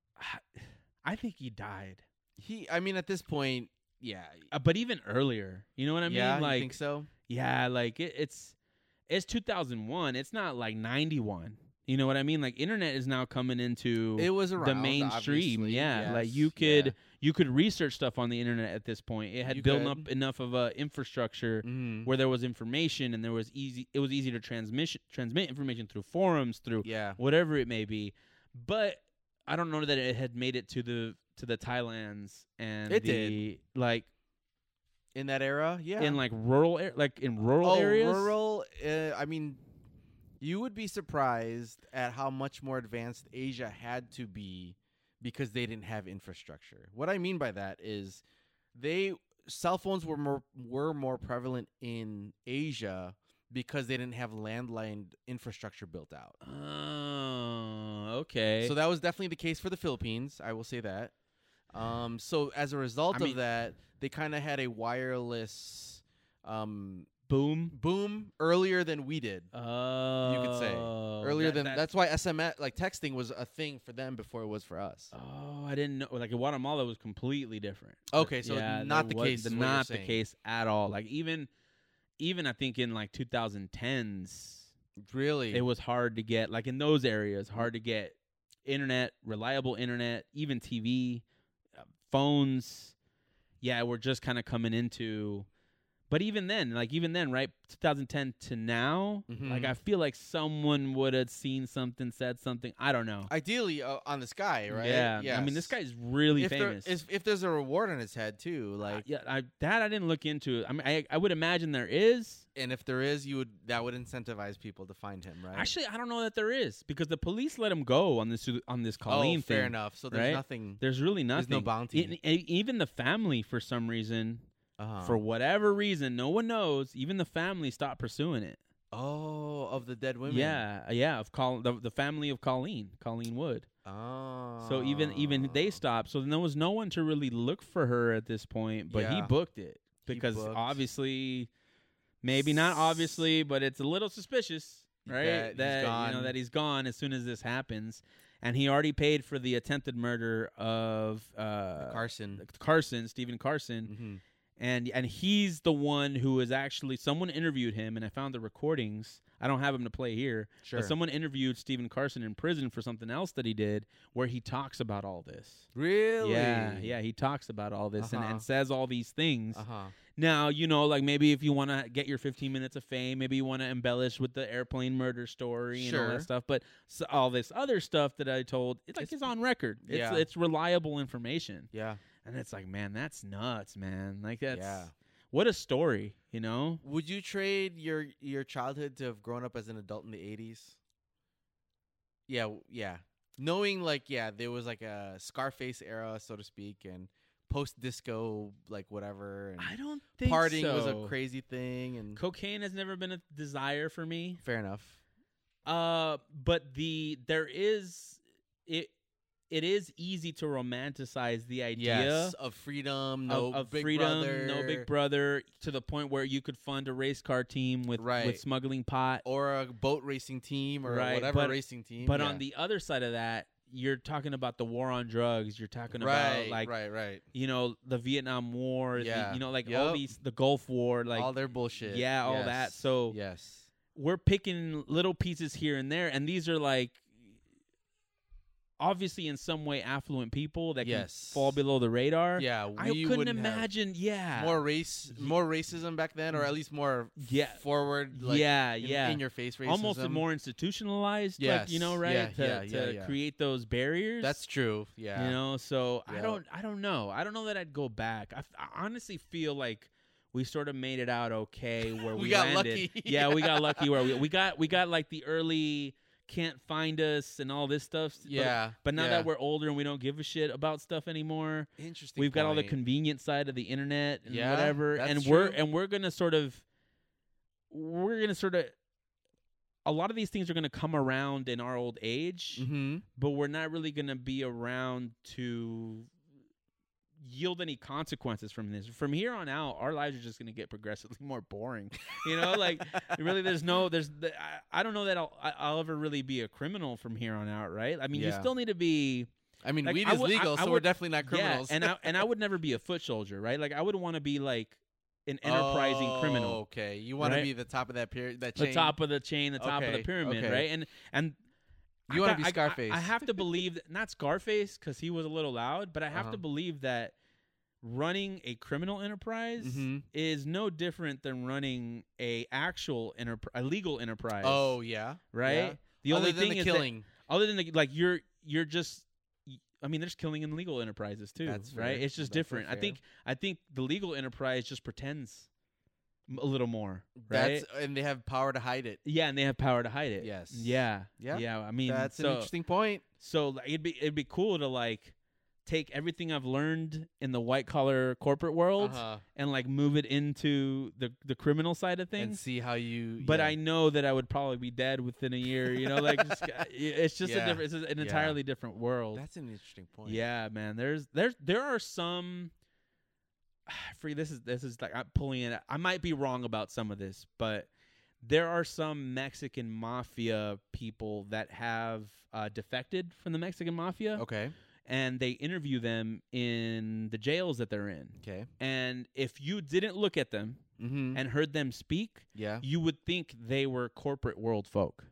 Speaker 1: I think he died,
Speaker 2: he. I mean, at this point, yeah.
Speaker 1: uh, but even earlier. You know what I
Speaker 2: yeah,
Speaker 1: mean?
Speaker 2: you
Speaker 1: Like,
Speaker 2: think so?
Speaker 1: yeah, like it, it's it's 2001. It's not like 91. You know what I mean? Like, internet is now coming into
Speaker 2: It was around
Speaker 1: the mainstream.
Speaker 2: obviously,
Speaker 1: Yeah, like
Speaker 2: yes,
Speaker 1: you could
Speaker 2: yeah.
Speaker 1: you could research stuff on the internet at this point. It had
Speaker 2: You
Speaker 1: built
Speaker 2: could.
Speaker 1: up enough of a infrastructure
Speaker 2: Mhm.
Speaker 1: where there was information and there was easy. It was easy to transmission transmit information through forums through
Speaker 2: Yeah.
Speaker 1: whatever it may be. But I don't know that it had made it to the to the Thailands and
Speaker 2: It
Speaker 1: the like
Speaker 2: In that era, yeah.
Speaker 1: in like rural ar- like in rural
Speaker 2: oh,
Speaker 1: areas.
Speaker 2: rural. Uh, I mean, you would be surprised at how much more advanced Asia had to be because they didn't have infrastructure. What I mean by that is they cell phones were more were more prevalent in Asia because they didn't have landline infrastructure built out.
Speaker 1: Oh, okay.
Speaker 2: So that was definitely the case for the Philippines. I will say that. Um, so as a result
Speaker 1: I
Speaker 2: of
Speaker 1: mean-
Speaker 2: that, they kind of had a wireless um,
Speaker 1: boom.
Speaker 2: boom earlier than we did.
Speaker 1: Oh,
Speaker 2: say. earlier
Speaker 1: that-
Speaker 2: than
Speaker 1: that-
Speaker 2: that's why SMS like texting was a thing for them before it was for us.
Speaker 1: Oh, I didn't know. Like in Guatemala was completely different.
Speaker 2: Okay, so
Speaker 1: Yeah,
Speaker 2: not
Speaker 1: that
Speaker 2: the
Speaker 1: was-
Speaker 2: case is what you're
Speaker 1: not the
Speaker 2: saying.
Speaker 1: case at all. Like even, even I think in like 2010s,
Speaker 2: Really?
Speaker 1: it was hard to get like in those areas hard to get internet reliable internet even tv uh, phones yeah we're just kind of coming into but even then like even then right 2010 to now like
Speaker 2: Mhm.
Speaker 1: i feel like someone would have seen something said something i don't know
Speaker 2: ideally uh, on the sky, right?
Speaker 1: yeah i mean this
Speaker 2: Yes.
Speaker 1: guy's really
Speaker 2: if there-
Speaker 1: famous
Speaker 2: is- if there's a reward on his head too,
Speaker 1: Uh,
Speaker 2: like
Speaker 1: yeah I, that i didn't look into i mean i, I would imagine there is
Speaker 2: and if there is, you would that would incentivize people to find him, right?
Speaker 1: actually i don't know that there is because the police let him go on this on this
Speaker 2: oh,
Speaker 1: colleen
Speaker 2: fair
Speaker 1: thing
Speaker 2: enough. So there's
Speaker 1: right?
Speaker 2: nothing
Speaker 1: There's really nothing.
Speaker 2: There's no bounty.
Speaker 1: E- e- even the family, for some reason,
Speaker 2: uh-huh.
Speaker 1: for whatever reason, no one knows. Even the family stopped pursuing it.
Speaker 2: oh of the dead women.
Speaker 1: Yeah, uh, yeah. Of Col- the, the family of Colleen, Colleen Wood.
Speaker 2: Oh.
Speaker 1: So even even they stopped. So then there was no one to really look for her at this point. But he
Speaker 2: Yeah.
Speaker 1: booked it
Speaker 2: He
Speaker 1: because
Speaker 2: booked.
Speaker 1: obviously, maybe not obviously, but it's a little suspicious, right?
Speaker 2: That he's
Speaker 1: you know
Speaker 2: gone.
Speaker 1: that he's gone as soon as this happens, and he already paid for the attempted murder of uh,
Speaker 2: Carson.
Speaker 1: Carson, Stephen Carson,
Speaker 2: Mhm.
Speaker 1: and and he's the one who is actually someone interviewed him, and I found the recordings. I don't have him to play here,
Speaker 2: Sure.
Speaker 1: but someone interviewed Stephen Carson in prison for something else that he did, where he talks about all this.
Speaker 2: really?
Speaker 1: Yeah, yeah, he talks about all this and,
Speaker 2: Uh-huh.
Speaker 1: and says all these things.
Speaker 2: Uh huh.
Speaker 1: Now, you know, like maybe if you want to get your 15 minutes of fame, maybe you want to embellish with the airplane murder story and all
Speaker 2: Sure.
Speaker 1: that stuff. But s all this other stuff that I told, it's like it's,
Speaker 2: It's-
Speaker 1: on record.
Speaker 2: Yeah.
Speaker 1: It's it's reliable information.
Speaker 2: Yeah.
Speaker 1: And it's like, man, that's nuts, man. Like that's
Speaker 2: Yeah.
Speaker 1: what a story, you know?
Speaker 2: Would you trade your your childhood to have grown up as an adult in the eighties? Yeah, w- yeah. Knowing like yeah, there was like a Scarface era, so to speak, and post disco like whatever,
Speaker 1: I
Speaker 2: and
Speaker 1: don't think
Speaker 2: partying was
Speaker 1: so.
Speaker 2: a crazy thing. And
Speaker 1: Cocaine has never been a desire for me.
Speaker 2: fair enough.
Speaker 1: Uh, but the there is it it is easy to romanticize the idea
Speaker 2: Yes, of freedom, no
Speaker 1: of, of
Speaker 2: big
Speaker 1: freedom,
Speaker 2: brother,
Speaker 1: no big brother, to the point where you could fund a race car team with
Speaker 2: Right.
Speaker 1: with smuggling pot.
Speaker 2: or a boat racing team or
Speaker 1: Right,
Speaker 2: whatever
Speaker 1: but-
Speaker 2: racing team.
Speaker 1: But
Speaker 2: yeah.
Speaker 1: on the other side of that, you're talking about the war on drugs. You're talking
Speaker 2: right,
Speaker 1: about like
Speaker 2: right, right,
Speaker 1: you know the Vietnam War, the-
Speaker 2: Yeah.
Speaker 1: you know like all
Speaker 2: Yup.
Speaker 1: these the Gulf War, like
Speaker 2: all their bullshit.
Speaker 1: yeah, all that.
Speaker 2: Yes,
Speaker 1: So-
Speaker 2: yes,
Speaker 1: we're picking little pieces here and there, and these are like obviously in some way affluent people that
Speaker 2: Yes.
Speaker 1: can fall below the radar.
Speaker 2: Yeah, we
Speaker 1: I couldn't
Speaker 2: wouldn't have
Speaker 1: imagine. Yeah,
Speaker 2: more race,
Speaker 1: Ye-
Speaker 2: more racism back then, or at least more
Speaker 1: Yeah.
Speaker 2: forward, like,
Speaker 1: yeah,
Speaker 2: in,
Speaker 1: yeah,
Speaker 2: in your face racism.
Speaker 1: almost more institutionalized. like, you know,
Speaker 2: Yes.
Speaker 1: right?
Speaker 2: Yeah,
Speaker 1: to
Speaker 2: yeah, yeah,
Speaker 1: to
Speaker 2: yeah.
Speaker 1: create those barriers.
Speaker 2: That's true. Yeah,
Speaker 1: You know, so I
Speaker 2: Yeah.
Speaker 1: don't, I don't know. I don't know that I'd go back. I, f- I honestly feel like we sort of made it out okay where
Speaker 2: We
Speaker 1: we,
Speaker 2: got
Speaker 1: landed.
Speaker 2: lucky.
Speaker 1: Yeah, we got lucky where we, we got we got like the early can't find us and all this stuff. but-
Speaker 2: yeah.
Speaker 1: But, now
Speaker 2: yeah.
Speaker 1: that we're older and we don't give a shit about stuff anymore,
Speaker 2: interesting,
Speaker 1: we've got all the
Speaker 2: point.
Speaker 1: convenient side of the internet and
Speaker 2: Yeah,
Speaker 1: whatever,
Speaker 2: that's
Speaker 1: and we're
Speaker 2: true.
Speaker 1: and we're gonna sort of, we're gonna sort of. A lot of these things are going to come around in our old age,
Speaker 2: Mhm.
Speaker 1: but we're not really going to be around to yield any consequences from this. From here on out, our lives are just going to get progressively more boring. You know, like really, there's no, there's, th- I, I don't know that I'll, I- I'll ever really be a criminal from here on out, right? I mean, you
Speaker 2: Yeah.
Speaker 1: still need to be,
Speaker 2: Mm-hmm. I mean,
Speaker 1: Like,
Speaker 2: weed
Speaker 1: I
Speaker 2: is
Speaker 1: would- I-
Speaker 2: legal,
Speaker 1: I
Speaker 2: so we're
Speaker 1: would-
Speaker 2: definitely not criminals.
Speaker 1: yeah, and I and I would never be a foot soldier, right? Like I would want to be like an enterprising criminal.
Speaker 2: Oh, Okay, you want
Speaker 1: right?
Speaker 2: to be the top of that period, that
Speaker 1: the
Speaker 2: chain.
Speaker 1: top of the chain, the top of the
Speaker 2: Okay,
Speaker 1: pyramid,
Speaker 2: okay.
Speaker 1: right? And and I
Speaker 2: You wanna
Speaker 1: got-
Speaker 2: be
Speaker 1: I- I-
Speaker 2: Scarface.
Speaker 1: I, have to believe that, not Scarface because he was a little loud, but I have
Speaker 2: Uh-huh.
Speaker 1: to believe that running a criminal enterprise
Speaker 2: Mhm.
Speaker 1: is no different than running a actual enterprise, a legal enterprise.
Speaker 2: Oh yeah,
Speaker 1: right.
Speaker 2: yeah.
Speaker 1: The only
Speaker 2: Other than
Speaker 1: thing
Speaker 2: the
Speaker 1: is that,
Speaker 2: killing.
Speaker 1: other than the, like you're you're just. I mean, there's killing in legal enterprises too,
Speaker 2: That's
Speaker 1: right?
Speaker 2: fair.
Speaker 1: It's just
Speaker 2: That's a
Speaker 1: different. I
Speaker 2: fair.
Speaker 1: think I think the legal enterprise just pretends m- a little more, right?
Speaker 2: That's and they have power to hide it.
Speaker 1: Yeah, and they have power to hide it.
Speaker 2: Yes.
Speaker 1: Yeah.
Speaker 2: Yeah.
Speaker 1: Yeah. I mean,
Speaker 2: That's
Speaker 1: so
Speaker 2: an interesting point.
Speaker 1: so like, it'd be it'd be cool to like take everything I've learned in the white collar corporate world
Speaker 2: Uh-huh.
Speaker 1: and like move it into the the criminal side of
Speaker 2: And
Speaker 1: things.
Speaker 2: see how you.
Speaker 1: But
Speaker 2: yeah.
Speaker 1: I know that I would probably be dead within a year. You know, like just, it's just a
Speaker 2: Yeah.
Speaker 1: different, it's an
Speaker 2: Yeah.
Speaker 1: entirely different world.
Speaker 2: That's an interesting point.
Speaker 1: Yeah, man. There's there's there are some free this is this is like I'm pulling it I might be wrong about some of this, but there are some Mexican mafia people that have uh, defected from the Mexican mafia
Speaker 2: Okay.
Speaker 1: and they interview them in the jails that they're in.
Speaker 2: Okay.
Speaker 1: And if you didn't look at them
Speaker 2: Mm-hmm.
Speaker 1: and heard them speak,
Speaker 2: yeah,
Speaker 1: you would think they were corporate world folk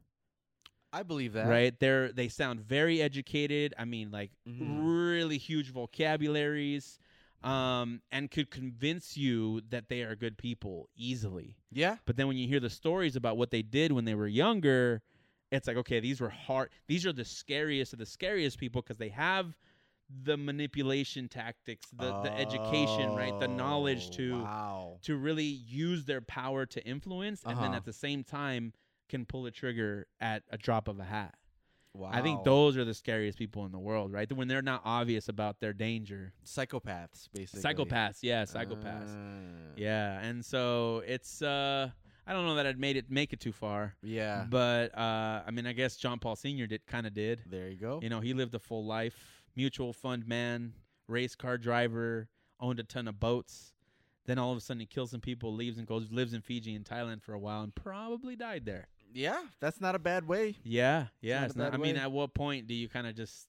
Speaker 2: I believe that.
Speaker 1: right they're they sound very educated i mean like
Speaker 2: Mhm.
Speaker 1: really huge vocabularies um and could convince you that they are good people easily
Speaker 2: Yeah.
Speaker 1: but then when you hear the stories about what they did when they were younger it's like okay these were hard these are the scariest of the scariest people because they have the manipulation tactics the, the education right the knowledge
Speaker 2: Oh,
Speaker 1: to
Speaker 2: Wow.
Speaker 1: to really use their power to influence and then
Speaker 2: Uh-huh.
Speaker 1: at the same time can pull the trigger at a drop of a hat
Speaker 2: Wow.
Speaker 1: I think those are the scariest people in the world, right? When they're not obvious about their danger.
Speaker 2: psychopaths basically.
Speaker 1: Psychopaths, yeah, psychopaths.
Speaker 2: Ah.
Speaker 1: yeah, and so it's uh I don't know that I'd made it make it too far.
Speaker 2: Yeah.
Speaker 1: But uh I mean, I guess John Paul Sr. did kind of did.
Speaker 2: There you go.
Speaker 1: You know, he lived a full life, mutual fund man, race car driver, owned a ton of boats. Then all of a sudden he kills some people, leaves and goes lives in Fiji and Thailand for a while and probably died there.
Speaker 2: yeah, that's not a bad way.
Speaker 1: Yeah, yeah.
Speaker 2: not
Speaker 1: It's
Speaker 2: a
Speaker 1: not,
Speaker 2: bad
Speaker 1: I mean,
Speaker 2: way.
Speaker 1: at what point do you kind of just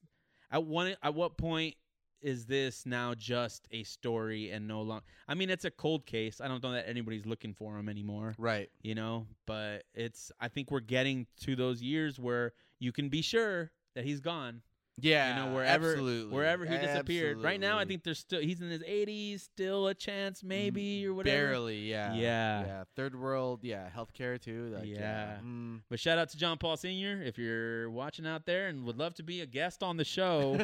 Speaker 1: at one at what point is this now just a story and no longer? I mean, it's a cold case. I don't know that anybody's looking for him anymore.
Speaker 2: Right.
Speaker 1: You know, but it's. I think we're getting to those years where you can be sure that he's gone.
Speaker 2: Yeah.
Speaker 1: you know, wherever
Speaker 2: absolutely.
Speaker 1: wherever he disappeared. Right now, I
Speaker 2: Absolutely.
Speaker 1: think there's still he's in his 80s, still a chance maybe or whatever.
Speaker 2: Barely, yeah.
Speaker 1: Yeah.
Speaker 2: Yeah. Third world, yeah. Healthcare too. Like, yeah.
Speaker 1: Yeah.
Speaker 2: Mm.
Speaker 1: But shout out to John Paul Sr. if you're watching out there and would love to be a guest on the show.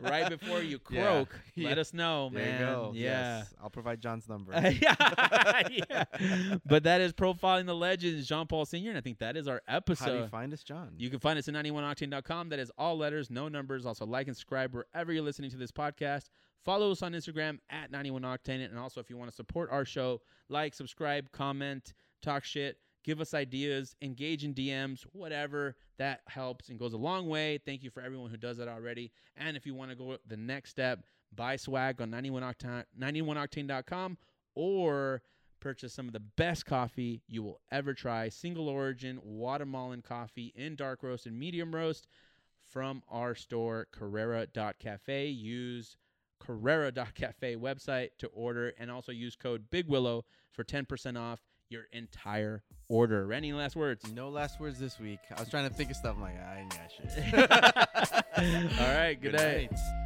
Speaker 1: right before you
Speaker 2: Yeah.
Speaker 1: croak,
Speaker 2: Yeah.
Speaker 1: let us know,
Speaker 2: There
Speaker 1: man.
Speaker 2: you go.
Speaker 1: Yeah.
Speaker 2: Yes. I'll provide John's number.
Speaker 1: yeah. But that is profiling the legends, Jean Paul Sr. And I think that is our
Speaker 2: How do you
Speaker 1: episode.
Speaker 2: find us, John?
Speaker 1: You can find us at 91octane.com. That is all letters, no numbers. Also, like and subscribe wherever you're listening to this podcast. Follow us on Instagram at 91octane. And also, if you want to support our show, like, subscribe, comment, talk shit, give us ideas, engage in DMs, whatever. That helps and goes a long way. Thank you for everyone who does that already. And if you want to go the next step, buy swag on 91octane, 91octane.com or purchase some of the best coffee you will ever try single origin Guatemalan coffee in dark roast and medium roast from our store carrera.cafe use carrera.cafe website to order and also use code big willow for 10% off your entire order. Randy, last words.
Speaker 2: No last words this week. I was trying to think of stuff. I'm like, I ain't got shit.
Speaker 1: All right, good, night.
Speaker 2: night.